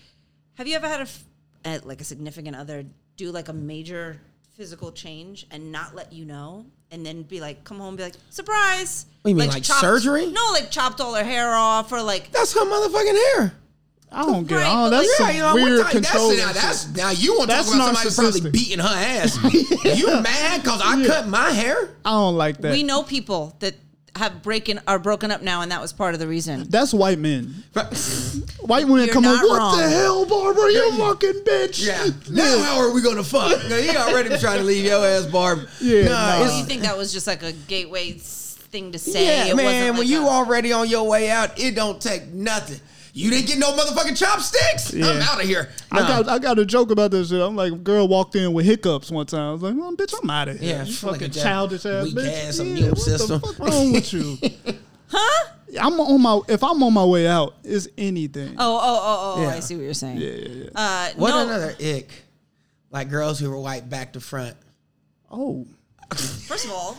S4: have you ever had a, f- uh like a significant other do like a major physical change and not let you know, and then be like, come home, and be like, surprise.
S3: What you mean, like surgery?
S4: No, like chopped all her hair off or like.
S3: that's her motherfucking hair.
S5: I don't get it.
S4: Right, but
S5: Oh, that's
S4: like-
S5: some
S3: Yeah, you know, what
S5: weird
S3: type-
S5: control.
S3: That's, now,
S5: and shit.
S3: that's, now you want to talk
S5: That's
S3: about somebody probably
S5: narcissistic.
S3: beating her ass? You mad because I cut my hair?
S5: I don't like that.
S4: We know people that have breaking are broken up now, and that was part of the reason.
S5: that's white men. White women
S4: You're
S5: come on.
S4: not
S5: What the
S4: wrong."
S5: hell, Barbara? You fucking bitch.
S3: Yeah. Now how are we gonna fuck? Now, he already been trying to leave your ass, Barb.
S5: Yeah, nah.
S4: Well,
S3: it's-
S4: you think that was just like a gateway s- thing to say?
S3: yeah,
S4: It wasn't
S3: man.
S4: like
S3: when you
S4: a-
S3: already on your way out, it don't take nothing. You didn't get no motherfucking chopsticks. I'm
S5: Yeah.
S3: out of here.
S5: I
S3: Nah.
S5: got I got a joke about this shit. I'm like, girl walked in with hiccups one time. I was like, well, bitch, I'm out of here.
S3: Yeah,
S5: you
S3: feel like
S5: fucking
S3: a
S5: childish ass
S3: weak
S5: bitch.
S3: ass
S5: yeah,
S3: immune
S5: what
S3: system.
S5: the fuck wrong with you? huh? I'm on my if I'm on my way out, it's anything.
S4: Oh, oh, oh, oh!
S3: Yeah.
S4: I see what you're saying. Yeah, yeah, yeah. Uh,
S3: what
S4: no,
S3: another ick? Like girls who were white back to front.
S5: Oh,
S4: First of all,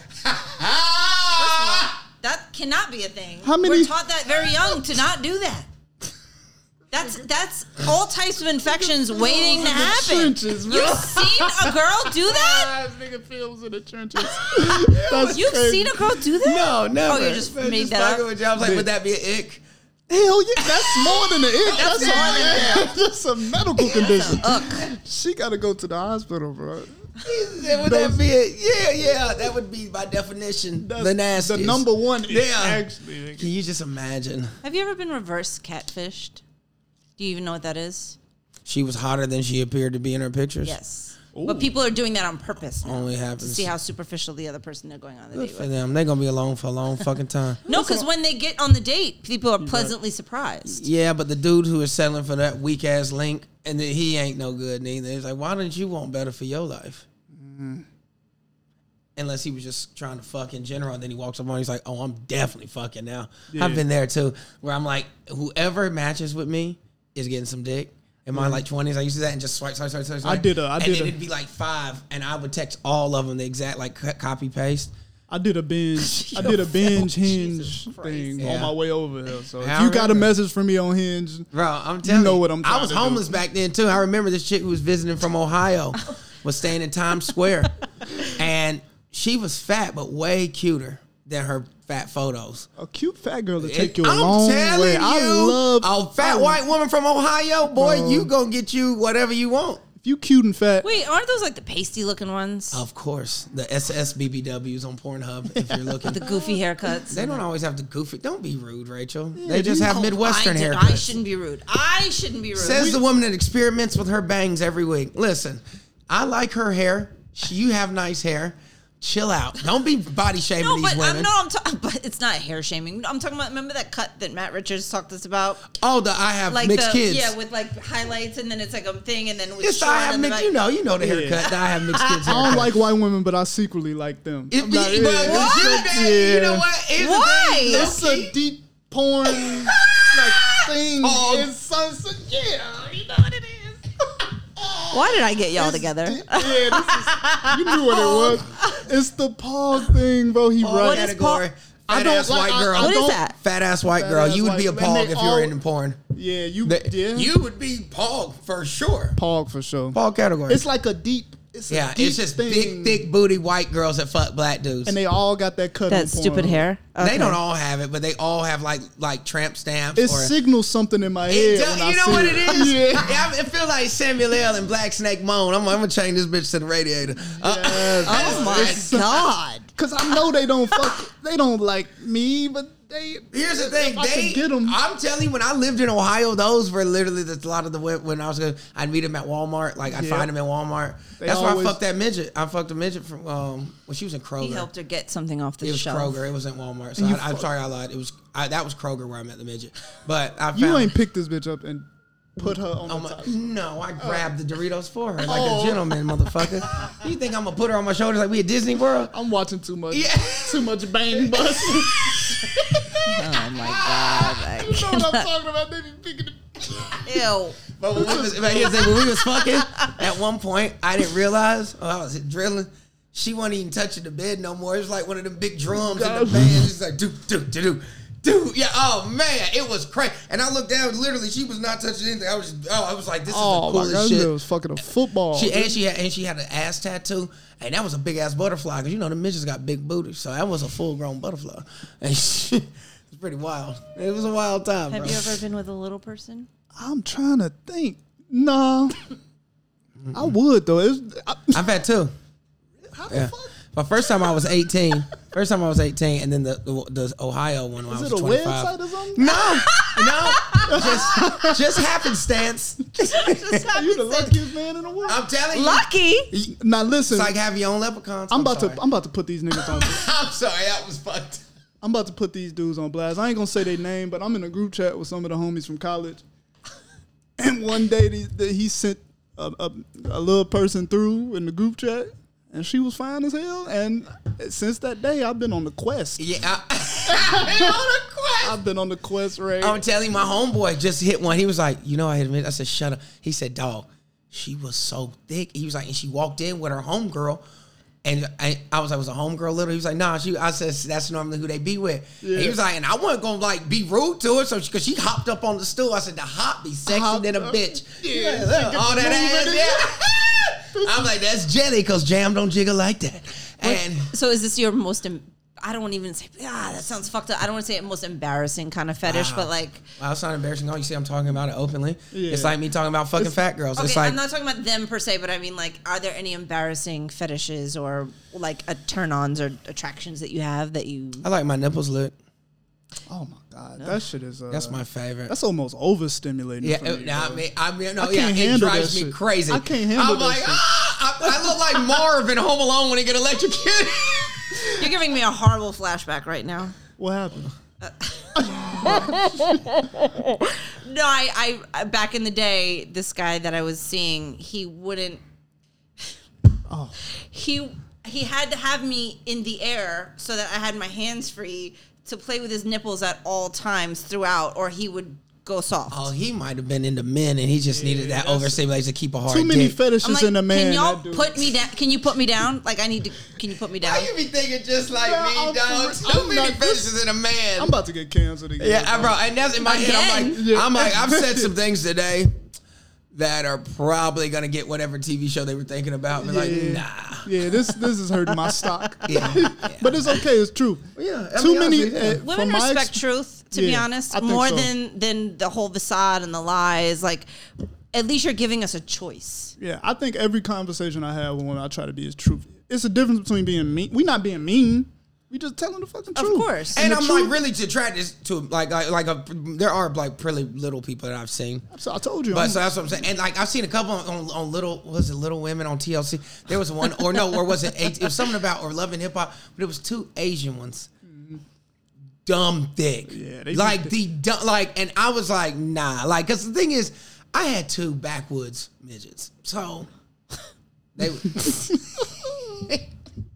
S3: Ah!
S4: that cannot be a thing.
S5: How many-
S4: We're taught that very young to not do that. That's that's all types of infections waiting to happen.
S5: trenches, bro.
S4: You've seen a girl do that?
S5: Ah, this nigga films in the trenches. That's
S4: You've
S5: crazy.
S4: seen a girl do that?
S3: No, never.
S4: Oh, you just
S3: Man,
S4: made that
S3: fucking
S4: up.
S3: with you. I was like, would that be an ick?
S5: Hell yeah, that's more than an ick. That's,
S4: more
S5: a, that's a medical condition. She gotta go to the hospital, bro.
S3: Would that be it? Yeah, yeah. That would be by definition
S5: That's
S3: the nastiest.
S5: The number one. Yeah,
S3: Yeah.
S5: actually.
S3: Can you just imagine?
S4: Have you ever been reverse catfished? Do you even know what that is?
S3: She was hotter than she appeared to be in her pictures.
S4: Yes. But people are doing that on purpose
S5: Oh,
S4: now
S3: Only
S4: to
S3: happens
S4: see how superficial the other person they're going on the date with.
S3: for them. They're gonna be alone for a long fucking time.
S4: No, because when they get on the date, people are pleasantly surprised.
S3: Yeah, but the dude who is settling for that weak ass link, and then he ain't no good neither. He's like, why didn't you want better for your life?
S5: Mm-hmm.
S3: Unless he was just trying to fuck in general, and then he walks up on, he's like, oh, I'm definitely fucking now. I've been there too, where I'm like, whoever matches with me is getting some dick. In my like twenties, I used to do that and just swipe, swipe, swipe, swipe. swipe.
S5: did a- Mm-hmm. I
S3: and
S5: did
S3: then
S5: a-
S3: it'd be like five, and I would text all of them the exact like co- copy paste.
S5: I did a binge. I did a binge hinge thing
S3: Yeah.
S5: on my way over here. So if
S3: I
S5: you got a
S3: remember.
S5: message from me on hinge,
S3: Bro, I'm telling you,
S5: know what I'm
S3: I
S5: trying
S3: was
S5: to do.
S3: homeless back then too. I remember this chick who was visiting from Ohio was staying in Times Square, and she was fat but way cuter than her fat photos.
S5: a cute fat girl to
S3: And
S5: take you a
S3: I'm
S5: long
S3: telling
S5: way.
S3: you,
S5: I love
S3: a fat
S5: I-
S3: white woman from Ohio. Boy,
S5: Bro.
S3: you gonna get you whatever you want.
S5: If you cute and fat,
S4: Wait, aren't those like the pasty looking ones?
S5: Oh.
S3: Of course, the SSBBWs on Pornhub. If you're looking,
S4: The goofy haircuts.
S3: they don't always have the goofy. Don't be rude, Rachel. they just have Midwestern
S4: Oh, I did- I
S3: haircuts.
S4: shouldn't be rude. I shouldn't be rude.
S3: Says the woman that experiments with her bangs every week. Listen, I like her hair. She- You have nice hair. Chill out. Don't be body shaming
S4: no,
S3: these
S4: but
S3: women.
S4: I'm, no, I'm talking. But it's not hair shaming. I'm talking about. Remember that cut that Matt Richards talked us about,
S3: oh, the I have
S4: like the
S3: mixed kids.
S4: yeah, with like highlights, and then it's like a thing, and then it was
S3: Yes,
S4: short
S3: I have
S4: and then
S3: mixed.
S4: back-
S3: You know, you know the haircut. that I have mixed kids.
S5: I
S3: haircut.
S5: don't like white women, but I secretly like them.
S3: It,
S5: I'm
S3: be-
S5: not-
S3: but
S5: yeah,
S3: what?
S5: it's a-
S3: You know
S5: yeah.
S3: what? Here's the
S4: Why?
S3: thing,
S5: It's
S3: Loki.
S5: a deep porn like thing.
S3: Oh.
S5: It's so, so- yeah, you know what it is.
S4: Why did I get y'all together?
S5: yeah, this is, you knew what
S3: Oh.
S5: it was. It's the Paul thing, bro. He
S3: Paul
S5: right.
S3: category.
S5: I
S3: Fat
S5: don't
S3: ass
S5: like-
S3: white
S5: I-
S3: girl.
S5: I
S4: What is don't- that?
S3: Fat ass white
S5: Fat
S3: girl.
S5: ass
S3: You would
S5: white-
S3: be a
S5: and
S3: pog
S5: they
S3: if you were
S5: all-
S3: into porn.
S5: Yeah, you
S3: They-
S5: yeah.
S3: You would be pog for sure.
S5: Paul for sure.
S3: Paul category.
S5: It's like a deep. It's a
S3: yeah,
S5: deep
S3: it's just
S5: thing.
S3: big, thick booty white girls that fuck black dudes.
S5: and they all got that cut.
S4: that stupid hair. Okay.
S3: They don't all have it, but they all have like like tramp stamps.
S5: It
S3: or,
S5: signals something in my
S3: It
S5: head.
S3: do-
S5: when I
S3: you know
S5: see
S3: what it is?
S5: Yeah.
S3: Yeah, I- it feels like Samuel L. and Black Snake Moan. I'm, I'm gonna change this bitch to the radiator. Uh,
S4: Oh my god!
S5: Cause I know they don't fuck. They don't like me, but they.
S3: Here's the thing,
S5: if I
S3: they.
S5: could get 'em.
S3: I'm telling you, when I lived in Ohio, those were literally the, a lot of the wo- when I was going. I'd meet them at Walmart. Like I'd
S5: Yeah.
S3: find them at Walmart.
S5: They
S3: That's why I
S5: always-
S3: fucked that midget. I fucked a midget from um when she was in Kroger.
S4: He helped her get something off the
S3: It was
S4: shelf.
S3: Kroger. It wasn't Walmart. So I, I'm sorry, I lied. It was I, that was Kroger where I met the midget. But I found
S5: You ain't picked this bitch up and put her on
S3: Oh
S5: the
S3: my,
S5: top.
S3: no, I grabbed the Doritos for her like a
S5: Uh, Oh.
S3: gentleman, motherfucker. You think I'm gonna put her on my shoulders like we at Disney World?
S5: I'm watching too much.
S3: Yeah.
S5: Too much bang bus.
S4: Oh my god!
S5: you know what I'm talking about? They be picking the
S4: Ew.
S3: But when we was, but here's the thing, when we was fucking, at one point, I didn't realize, oh, I was drilling. She wasn't even touching the bed no more. It was like one of them big drums in the band. It's like, do, do, do, do, do. Yeah, oh, man, it was crazy. And I looked down, literally, she was not touching anything. I was just, oh, I was like, this is
S5: Oh
S3: the
S5: my god,
S3: coolest
S5: this
S3: shit.
S5: bitch was fucking a football.
S3: She and she had and she had an ass tattoo, and that was a big ass butterfly because you know the midgets got big booties, so that was a full grown butterfly, and she, it was pretty wild. It was a wild time.
S4: Have
S3: bro.
S4: you ever been with a little person?
S5: I'm trying to think. Nah. I would though. It's, I,
S3: I've had two.
S5: how the
S3: Yeah.
S5: fuck?
S3: My first time I was eighteen. First time I was eighteen, and then the the, the Ohio one when
S5: Is
S3: I was
S5: it a
S3: twenty
S5: website
S3: five.
S5: or something?
S3: No, no, just just happenstance.
S5: You the luckiest man in the world.
S3: I'm telling you,
S4: Lucky.
S5: now listen,
S3: it's like have your own leprechauns.
S5: I'm about
S3: sorry.
S5: to I'm about to put these niggas on.
S3: I'm sorry, that was fucked.
S5: I'm about to put these dudes on blast. I ain't gonna say their name, but I'm in a group chat with some of the homies from college. And one day the, the, he sent a, a, a little person through in the group chat, and she was fine as hell. And since that day, I've been on the quest.
S3: Yeah, I, You're on a quest.
S5: I've been on the quest raid.
S3: I'm telling you, my homeboy just hit one. He was like, you know, I hit him. I said, shut up. He said, dog, she was so thick. He was like, and she walked in with her homegirl. And I, I was like, was a homegirl little? He was like, nah, she, I said, that's normally who they be with. And he
S5: Yeah.
S3: was like, and I wasn't going to like be rude to her. So, she, cause she hopped up on the stool. I said, the hop be sexy
S5: Hopped
S3: than a
S5: up.
S3: bitch.
S5: Yeah,
S3: Yeah,
S5: she get
S3: all that
S5: moving.
S3: ass. Yeah. I'm like, that's jelly cause jam don't jiggle like that. And
S4: So is this your most? Em- I don't even say. Ah, that sounds fucked up. I don't want to say it most embarrassing kind of fetish,
S3: Wow.
S4: but like,
S3: wow, it's not embarrassing. Oh, you see, I'm talking about it openly.
S5: Yeah.
S3: It's like me talking about fucking fat girls.
S4: okay,
S3: it's like,
S4: I'm not talking about them per se, but I mean, like, are there any embarrassing fetishes or like a turn-ons or attractions that you have that you?
S3: I like my nipples lit.
S5: oh my god, that shit is. Uh,
S3: That's my favorite.
S5: That's almost overstimulating.
S3: yeah,
S5: for me,
S3: it- nah, I
S5: bro.
S3: mean, I mean, no,
S5: I
S3: yeah,
S5: can't
S3: it
S5: handle
S3: drives
S5: that
S3: me
S5: shit.
S3: crazy.
S5: I can't handle
S3: I'm
S5: that
S3: like,
S5: shit.
S3: ah, I, I look like Marv in Home Alone when he get electrocuted.
S4: You're giving me a horrible flashback right now.
S5: What happened?
S4: No, I, I uh, back in the day, this guy that I was seeing, he wouldn't.
S5: Oh.
S4: He he had to have me in the air so that I had my hands free to play with his nipples at all times throughout, or he would go soft.
S3: oh, he might have been into men, and he just needed that overstimulation to keep a hard
S5: Too many
S3: dick.
S5: fetishes
S4: I'm like,
S5: in a man.
S4: can y'all
S5: that dude.
S4: put me down? Can you put me down? Like, I need to. Can you put me down?
S3: Why you be thinking just like
S5: Bro,
S3: me,
S5: I'm
S3: dog?
S5: for-
S3: Too
S5: I'm
S3: many
S5: not-
S3: fetishes in a man.
S5: I'm about to get canceled again.
S3: Yeah, I- bro, and that's in my head. I'm like,
S4: Again?
S5: Yeah.
S3: I'm like, I've said some things today that are probably gonna get whatever TV show they were thinking about. But like,
S5: Yeah.
S3: nah.
S5: Yeah, this this is hurting my stock.
S3: Yeah,
S5: but it's okay. It's true.
S3: Yeah, I
S5: too
S3: mean,
S5: many.
S3: honestly, yeah.
S5: uh, from
S4: Women
S5: my
S4: respect
S5: ex-
S4: truth, to be
S5: Yeah, I
S4: honest,
S5: think
S4: more
S5: so.
S4: than than the whole facade and the lies. Like, at least you're giving us a choice.
S5: Yeah, I think every conversation I have with women, I try to be as truthful. It's a difference between being mean. We not being mean. We just telling the fucking
S4: Of
S5: truth.
S4: course.
S3: And
S5: the
S3: I'm
S5: truth-
S3: like really attracted to like like, like a, there are like pretty little people that I've seen.
S5: So I told you.
S3: But
S5: I'm-
S3: so that's what I'm saying. And like I've seen a couple on, on, on little was it Little Women on TLC. There was one or no or was it eight, it was something about or Love and Hip Hop, but it was two Asian ones. Dumb thick.
S5: Yeah, they
S3: like
S5: be
S3: the dumb, like and I was like nah like because the thing is I had two backwoods midgets so they.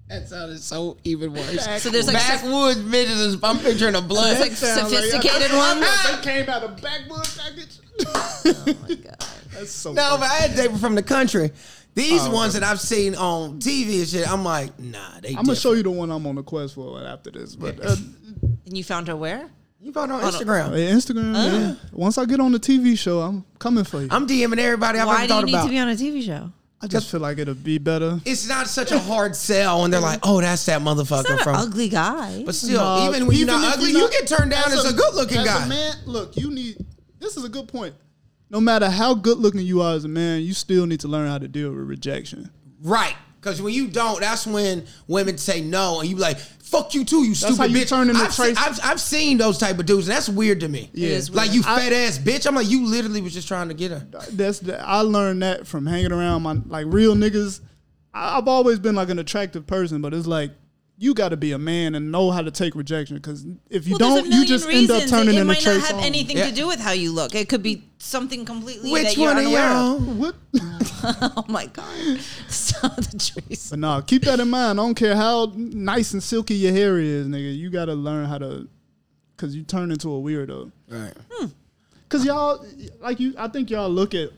S3: That sounded so even worse.
S4: So there's like soph-
S3: backwoods midgets. is- I'm picturing a blood.
S4: like sophisticated
S5: one.
S4: ones.
S5: They came out of backwood package.
S4: Oh my God.
S5: That's so.
S3: No,
S5: funny.
S3: but I had they were from the country. These
S5: Oh,
S3: ones that I've seen on TV and shit, I'm like, nah, they.
S5: I'm gonna show you the one I'm on the quest for after this. But uh,
S4: And you found her where?
S3: You found on Instagram.
S5: yeah, Instagram.
S4: Uh.
S5: yeah. Once I get on the TV show, I'm coming for you.
S3: I'm DMing everybody I've
S4: Why do
S3: ever
S4: you
S3: thought
S4: need
S3: about.
S4: to be on a TV show?
S5: I just feel like it'll be better.
S3: it's not such a hard sell when they're like, oh, that's that
S4: It's
S3: motherfucker
S4: not an
S3: from.
S4: ugly guy.
S3: but still,
S5: Uh,
S3: even when you're
S5: if
S3: not ugly, you get turned down as a, good looking
S5: as
S3: guy.
S5: A man, look, you need. This is a good point. No matter how good looking you are as a man, you still need to learn how to deal with rejection.
S3: Right. Because when you don't, that's when women say no, and you be like, "Fuck you too, you stupid
S5: how you
S3: bitch."
S5: turn into
S3: I've, se-
S5: Tracy.
S3: I've, I've seen those type of dudes, and that's weird to me.
S5: Yeah. is
S3: like you fat ass bitch. I'm like, you literally was just trying to get her.
S5: That's the, I learned that from hanging around my like real niggas. I, I've always been like an attractive person, but it's like you got to be a man and know how to take rejection because if you
S4: Well, there's a
S5: don't, you
S4: million
S5: just end up
S4: reasons.
S5: turning
S4: it
S5: into
S4: might
S5: Trey
S4: not have
S5: Songz.
S4: anything
S3: Yeah.
S4: to do with how you look. It could be something completely
S3: Which
S4: that you're
S3: one of
S4: unaware of.
S3: y'all?
S5: What?
S4: Oh my god! Stop the trees.
S5: But nah, keep that in mind. I don't care how nice and silky your hair is, nigga. You gotta learn how to, cause you turn into a weirdo.
S3: Right.
S5: Cause y'all, like you, I think y'all look at,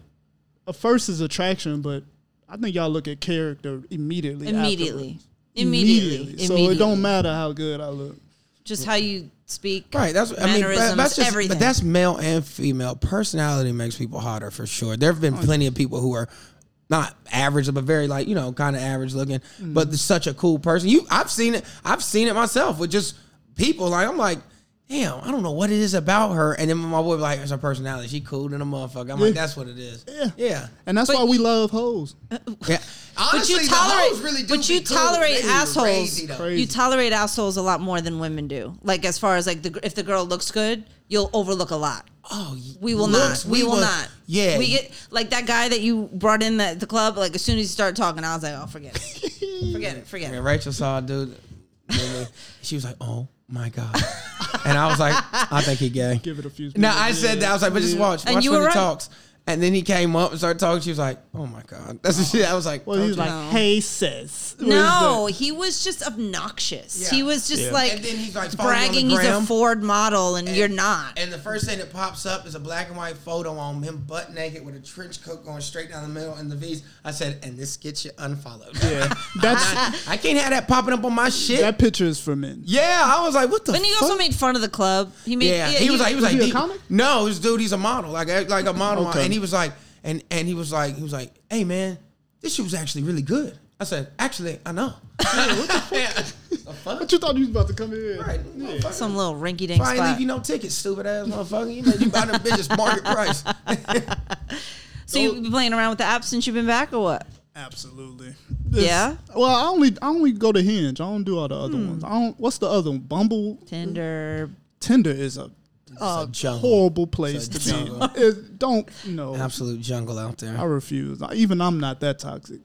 S5: uh, first is attraction, but I think y'all look at character immediately.
S4: Immediately.
S5: afterwards.
S4: Immediately.
S5: So
S4: Immediately.
S5: it don't matter how good I look.
S4: Just how you speak.
S3: Right. That's I mean,
S4: mannerisms,
S3: but that's just
S4: everything.
S3: but that's male and female. Personality makes people hotter for sure. There
S4: Oh,
S3: have been plenty of people who are not average, but very like you know kind of average looking,
S4: Mm.
S3: but such a cool person. You, I've seen it. I've seen it myself with just people. Like I'm like. Damn, I don't know what it is about her. And then my boy be like, it's her personality. She cool than a motherfucker. I'm like, that's what it is. Yeah. Yeah.
S5: And that's why we love hoes.
S3: yeah. Honestly,
S4: but you
S3: the hoes
S4: tolerate,
S3: really do
S4: but you
S3: be cool.
S4: tolerate
S3: They be
S4: assholes.
S3: crazy, though.
S5: Crazy.
S4: you tolerate assholes a lot more than women do. Like as far as like the, if the girl looks good, you'll overlook a lot.
S3: Oh,
S4: We will
S3: looks,
S4: not. We, will
S3: would-
S4: not.
S3: Yeah.
S4: We get like that guy that you brought in the, the club. Like as soon as you started talking, I was like, oh, forget it, forget it, forget
S3: And
S4: it.
S3: Rachel saw a dude. and She was like, "Oh my god," and I was like, "I think he gay."
S5: Give it a few.
S3: No,
S5: minutes.
S3: I said that. I was like, "But just watch,
S4: And
S3: watch
S4: you
S3: when
S4: were
S3: he
S4: right.
S3: talks." And then he came up and started talking. She was like, "Oh my god," that's the shit. I was like,
S5: Well, he's
S3: "Told
S5: like,
S3: you."
S4: No.
S5: hey sis. What is
S4: No,
S5: that?
S4: he was just obnoxious.
S3: Yeah.
S4: He was just like
S3: And then he's, like, following you on the
S4: bragging he's a
S3: gram.
S4: Ford model, and, you're not.
S3: And the first thing that pops up is a black and white photo on him butt naked with a trench coat going straight down the middle and the V's. I said, "And this gets you unfollowed."
S5: Yeah, that's
S3: I can't have that popping up on my shit.
S5: that picture is for men.
S3: yeah, I was like, "What the?"
S4: But he also made fun of the club. He made
S3: Yeah, he, was like, he was, like,
S5: was he a
S3: "Deep."
S5: comic?
S3: no, this dude, he's a model, like, act like a model,
S5: Okay.
S3: and he was like, and and he was like, he was like, hey man, this shit was actually really good. I said, actually, I know. Yeah. The fuck?
S5: But you thought you was about to come in. here.
S3: Right, motherfucker.
S4: some little rinky dink
S3: If I ain't
S4: spot.
S3: leave you no tickets, stupid ass motherfucker. You made you buy them bitches market price.
S4: so you've been playing around with the app since you've been back, or what?
S5: Absolutely.
S4: Yeah? Hmm.
S5: Well, I only I only go to Hinge. I don't do all the other ones. I don't. What's the other one? Bumble.
S4: Tinder.
S5: Tinder is a, a
S3: jungle.
S5: horrible place
S3: It's a
S5: to be.
S3: jungle.
S5: It, don't no.
S3: Absolute jungle out
S5: I
S3: there.
S5: refuse. Even I'm not that toxic.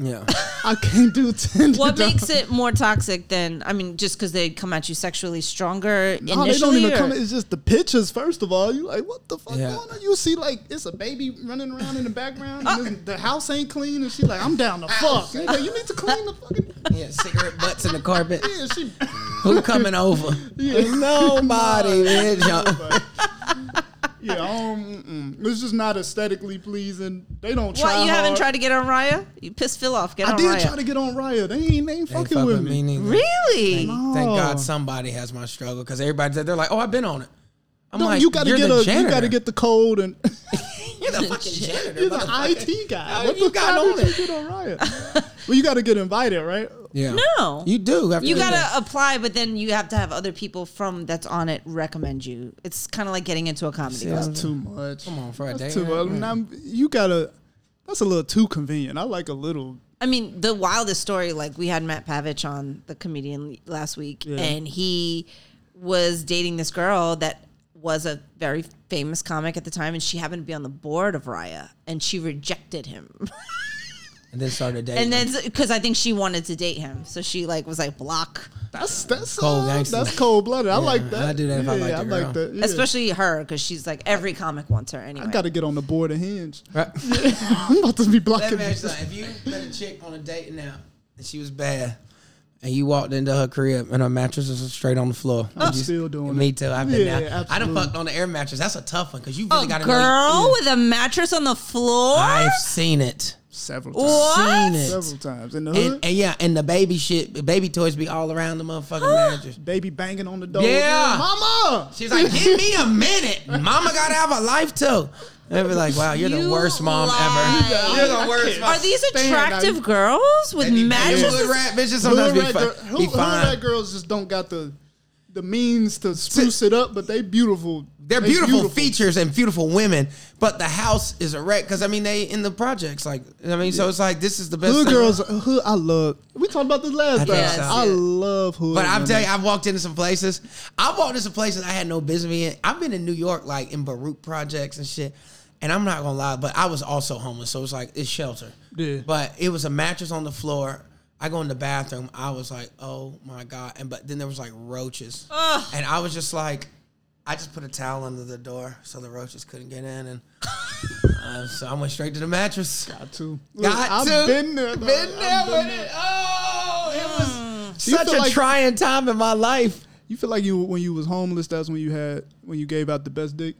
S3: Yeah.
S5: I can't do Tinder.
S4: What makes it more toxic than I mean, just because they come at you sexually stronger
S5: No,
S4: initially?
S5: they don't even
S4: or-
S5: come. It's just the pictures. First of all, you like what the fuck
S3: Yeah.
S5: going on? You see like it's a baby running around in the background. and this- the house ain't clean, and she like I'm down to fuck. Nigga, you need to clean the fucking.
S3: Yeah, cigarette butts in the carpet.
S5: Yeah, she.
S3: Who coming over?
S5: Yeah.
S3: Nobody, bitch.
S5: Yeah, um, mm-mm. it's just not aesthetically pleasing. They don't try.
S4: What you haven't
S5: hard.
S4: tried to get on Raya? You pissed Phil off. Get
S5: I
S4: on
S5: did
S4: Raya.
S5: try to get on Raya. They ain't, they ain't
S3: Ain't
S5: fucking with me.
S3: neither.
S4: really?
S3: Thank
S5: Oh.
S3: God somebody has my struggle because everybody said they're like, "Oh, I've been on it." I'm
S5: No,
S3: like,
S5: you gotta
S3: "You're
S5: get
S3: the
S5: a,
S3: janitor.
S5: you gotta get the code and
S3: You're the fucking janitor.
S5: you're the
S3: motherfucker.
S5: IT guy.
S3: How
S5: what
S3: you
S5: the
S3: got
S5: fuck
S3: on
S5: did
S3: it?
S5: you get on Riot? well, you gotta get invited, right?
S3: Yeah.
S4: No.
S3: You do. Have to
S4: You
S3: do
S4: gotta
S3: that.
S4: apply, but then you have to have other people from that's on it recommend you. It's kind of like getting into a comedy
S3: See, I
S4: club.
S3: was-
S5: Too much.
S3: Come on, for a
S5: That's
S3: day,
S5: too much.
S3: right?
S5: Now, you gotta. That's a little too convenient. I like a little.
S4: I mean, the wildest story. Like we had Matt Pavich on the comedian last week, and he was dating this girl that was a very famous comic at the time, and she happened to be on the board of Raya, and she rejected him.
S3: and then started dating.
S4: and then because I think she wanted to date him, so she like was like block,
S5: That's that's
S3: Cold
S5: cold.
S3: gangster.
S5: that's cold blooded. I like that.
S3: I do that if I like the girl.
S5: that. yeah.
S4: especially her, because she's like every comic wants her anyway.
S5: I gotta get on the board of Hinge.
S3: Right.
S5: I'm about to be
S3: Let
S5: blocking.
S3: me ask you something. If you met a chick on a date now and she was bad, and you walked into her crib and her mattress was straight on the floor, would you-
S5: still doing
S3: Me
S5: it.
S3: too. I've been
S5: Yeah,
S3: there. I done
S5: absolutely.
S3: fucked on the air mattress. That's a tough one because you
S4: a
S3: really got to know.
S4: Oh, girl with a mattress on the floor.
S3: I've seen it.
S5: Several times.
S4: what?
S3: Seen it.
S5: Several times in the
S3: And,
S5: hood.
S3: and yeah, and the baby shit, the baby toys be all around the motherfucking mattress.
S5: Baby banging on the door.
S3: Yeah.
S5: mama.
S3: She's like, "Give me a minute, Mama. Gotta have a life too." And I'd be like, "Wow, you're the
S4: You
S3: worst mom
S4: lie.
S3: ever. You're the worst."
S4: Are
S3: mom.
S4: these
S5: Stand out.
S4: attractive girls with
S3: They be bad hood
S4: mattresses?
S3: rat bitches sometimes
S5: Hood
S3: be,
S5: rat,
S3: fi-
S5: girl,
S3: be
S5: hood, hood
S3: fine.
S5: rat girls just don't got the the means to spruce it up, but they beautiful.
S3: They're beautiful, features and beautiful women, but the house is a wreck because I mean they in the projects like I mean so it's like this is the best.
S5: Hood
S3: thing.
S5: girls, hood, I love. We talked about this last
S3: I
S5: time.
S3: think so.
S5: I love hood.
S3: But I'm
S5: women.
S3: telling you, I've walked into some places. I've walked into some places I had no business being. I've been in New York, like in Baruch projects and shit. And I'm not gonna lie, but I was also homeless, so it's like it's shelter.
S5: Yeah.
S3: But it was a mattress on the floor. I go in the bathroom. I was like, oh my god. And but then there was like roaches, and I was just like, I just put a towel under the door so the roaches couldn't get in, and uh, so I went straight to the mattress.
S5: Got to. Look,
S3: Got
S5: I've
S3: to.
S5: been there.
S3: Been
S5: dog.
S3: there
S5: I've been
S3: with it. Oh, it was
S5: You
S3: such
S5: feel
S3: a
S5: like-
S3: trying time in my life.
S5: You feel like you when you was homeless. That's when you had when you gave out the best dick.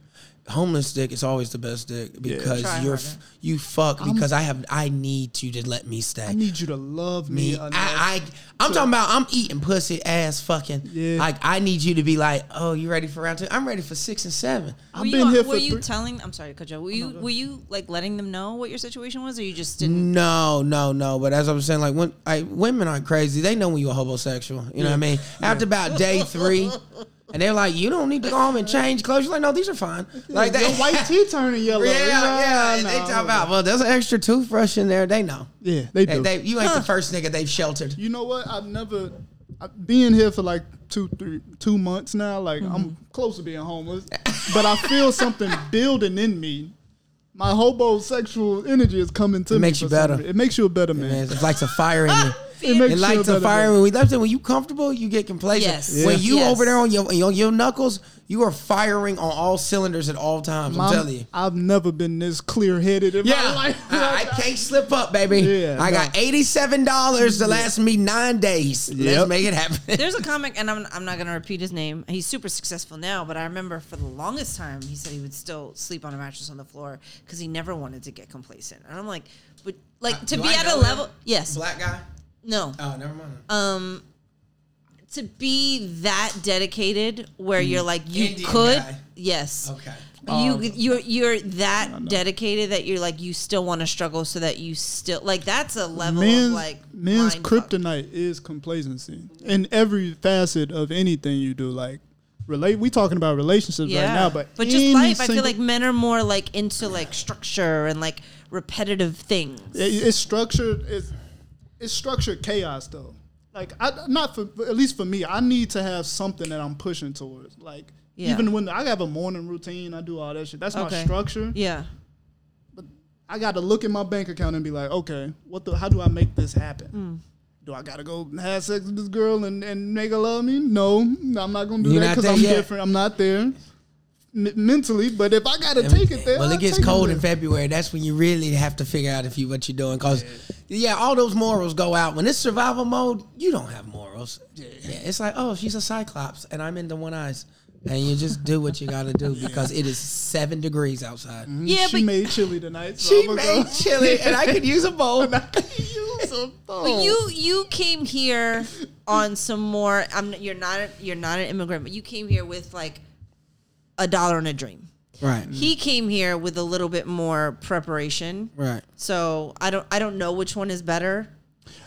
S3: Homeless dick is always the best dick because
S4: Try harder.
S3: you're f- you fuck because i have I need you to let me stay.
S5: I need you to love me.
S3: me. I,
S5: enough.
S3: I I'm talking about I'm eating pussy ass fucking.
S5: Yeah.
S3: Like I need you to be like, oh, you ready for round two? I'm ready for six and seven.
S5: I've
S4: Were
S5: been
S4: you,
S5: here
S4: were
S5: for
S4: you
S5: three.
S4: telling? I'm sorry, Kaja. Were you were you like letting them know what your situation was, or you just didn't?
S3: No, no, no. But as I'm saying, like when I women are crazy, they know when you're a homosexual. You know what I mean? After about day three, and they're like, you don't need to go home and change clothes. You're like, no, these are fine. Like
S5: Your
S3: they,
S5: white tea turning yellow.
S3: yeah, yeah.
S5: no.
S3: They talk about well, there's an extra toothbrush in there. They know.
S5: Yeah, they
S3: They,
S5: do.
S3: they, you ain't the first nigga they've sheltered.
S5: you know what? I've never I, being here for like two, three, two months now. Like I'm close to being homeless, but I feel something building in me. My homosexual energy is coming to me.
S3: makes you
S5: for some
S3: better.
S5: reason. It makes you a better man.
S3: Man, it's like a fire in me.
S5: It makes
S3: It
S5: you
S3: like to
S5: a better
S3: fire
S5: man.
S3: when we that's it. When you comfortable, you get complacent.
S4: Yes. Yeah.
S3: When you
S4: Yes.
S3: over there on your, on your knuckles, you are firing on all cylinders at all times. I'm
S5: Mom,
S3: telling you.
S5: I've never been this clear headed in my life.
S3: I, I can't slip up, baby.
S5: Yeah,
S3: I got eighty-seven dollars to last me nine days. Let's
S5: Yep.
S3: make it happen.
S4: There's a comic, and I'm, I'm not going to repeat his name. He's super successful now, but I remember for the longest time, he said he would still sleep on a mattress on the floor because he never wanted to get complacent. And I'm like, but like to
S3: Uh, do
S4: be
S3: I
S4: at a
S3: know him?
S4: level, yes,
S3: Black guy.
S4: no,
S3: Oh, never mind.
S4: um, to be that dedicated where you're like you
S3: Mm. Indian
S4: could,
S3: guy.
S4: yes,
S3: Okay. Um,
S4: you you're you're that dedicated that you're like you still want to struggle so that you still like that's a level
S5: men's
S4: of like
S5: men's
S4: mind fuck.
S5: kryptonite is complacency in every facet of anything you do. Like relate, we talking about relationships right now, but
S4: but just
S5: any
S4: life, I feel
S5: single-
S4: like men are more like into like structure and like repetitive things.
S5: It- it's structured. It's it's structured chaos though. Like I not for at least for me, I need to have something that I'm pushing towards. Like
S4: Yeah.
S5: even when I have a morning routine, I do all that shit. That's my
S4: Okay.
S5: structure.
S4: Yeah,
S5: I got to look at my bank account and be like, okay, what the? How do I make this happen? Do I gotta go have sex with this girl and, and make her love me? No, I'm not gonna do
S3: You're
S5: that
S3: not
S5: because
S3: there
S5: I'm
S3: yet.
S5: different. I'm not there m- mentally, but if I gotta take it there,
S3: Well,
S5: I'll
S3: it gets
S5: take
S3: cold
S5: there.
S3: in February. That's when you really have to figure out if you what you're doing. Cause yeah. all those morals go out when it's survival mode. You don't have morals. Yeah. it's like oh, she's a cyclops, and I'm into one eyes, and you just do what you got to do because it is seven degrees outside.
S4: yeah,
S5: she
S4: but,
S5: made chili tonight. So
S3: She
S5: I'm
S3: made
S5: Mm-hmm. go.
S3: chili, and I could use a bowl.
S5: Use a
S4: but
S3: Oh.
S5: phone.
S4: you you came here on some more. I'm you're not you're not an immigrant, but you came here with like a dollar and a dream.
S3: Right,
S4: He came here with a little bit more preparation.
S3: right.
S4: So I don't I don't know which one is better.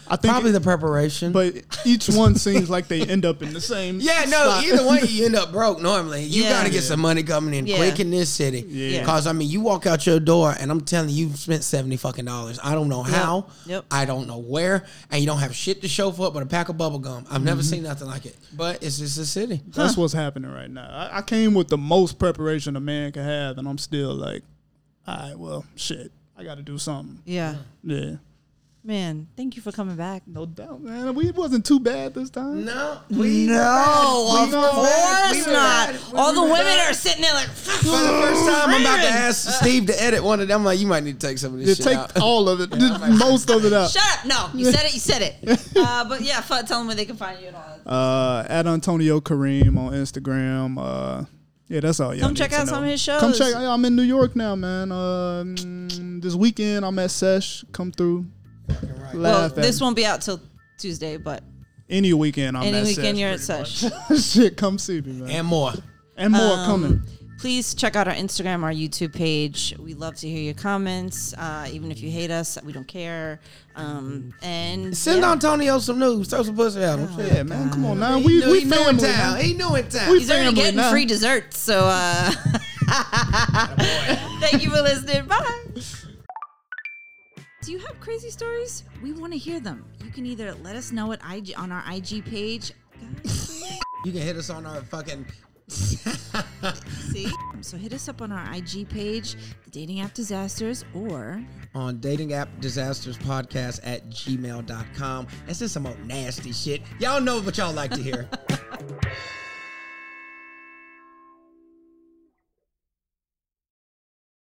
S5: I think,
S3: Probably the preparation.
S5: but each one seems like they end up in the same.
S3: yeah, no,
S5: spot.
S3: either one you end up broke normally. You
S4: Yeah.
S3: gotta get some money coming in
S4: Yeah.
S3: quick in this city.
S4: Yeah.
S3: Cause I mean you walk out your door and I'm telling you, you've spent seventy fucking dollars. I don't know how.
S4: Yep.
S3: I don't know where. And you don't have shit to show for it but a pack of bubble gum. I've never seen nothing like it. But it's just a city.
S5: That's what's happening right now. I, I came with the most preparation a man can have, and I'm still like, all right, well, shit, I got to do something.
S4: Yeah.
S5: Yeah,
S4: Man, thank you for coming back.
S5: no doubt, man. We wasn't too bad this time.
S3: No, we
S4: No,
S3: we
S4: Oh, of
S3: were bad.
S4: course
S3: were
S4: not.
S3: bad. We
S4: All
S3: were
S4: the women
S3: bad.
S4: are sitting there like, fuck.
S3: For the first time, I'm about to
S4: Man.
S3: ask Steve to edit one of them. I'm like, you might need to take some of this
S5: Just
S3: shit
S5: take
S3: out.
S5: all of it, just most of it out.
S4: Shut up. No, you said it. You said it. Uh, but yeah, fuck, tell them where they can find you and all that.
S5: Uh, at Antonio Kareem on Instagram. Uh, yeah, that's all. Y'all
S4: Come
S5: need
S4: check
S5: to
S4: out
S5: know.
S4: some of his
S5: Come
S4: shows.
S5: check. I'm in New York now, man. Uh, mm, this weekend I'm at Sesh. Come through. Laugh
S4: Well,
S5: at
S4: this
S5: me.
S4: won't be out till Tuesday, but
S5: any weekend I'm
S4: any
S5: at
S4: weekend you're at
S5: Sesh.
S4: Sesh.
S5: Shit, come see me, man.
S3: and more.
S5: And more
S4: Um,
S5: coming.
S4: Please check out our Instagram, our YouTube page. We love to hear your comments. Uh, even if you hate us, we don't care. Um, and
S3: Send
S4: yeah.
S3: Antonio some news. Throw some pussy at him. Shit.
S5: Yeah, man, come on now. We
S3: he knew,
S5: we
S3: he knew in
S5: family.
S3: town.
S5: man.
S3: He knew in town.
S5: We
S4: He's already
S5: family
S4: getting
S5: now.
S4: free dessert. So uh, thank you for listening. Bye.
S6: Do you have crazy stories? We want to hear them. You can either let us know at IG on our IG page.
S3: You can hit us on our fucking.
S6: See? So hit us up on our IG page, the Dating App Disasters, or
S3: On dating app disasters podcast at gmail.com. That's just some old nasty shit. Y'all know what y'all like to hear.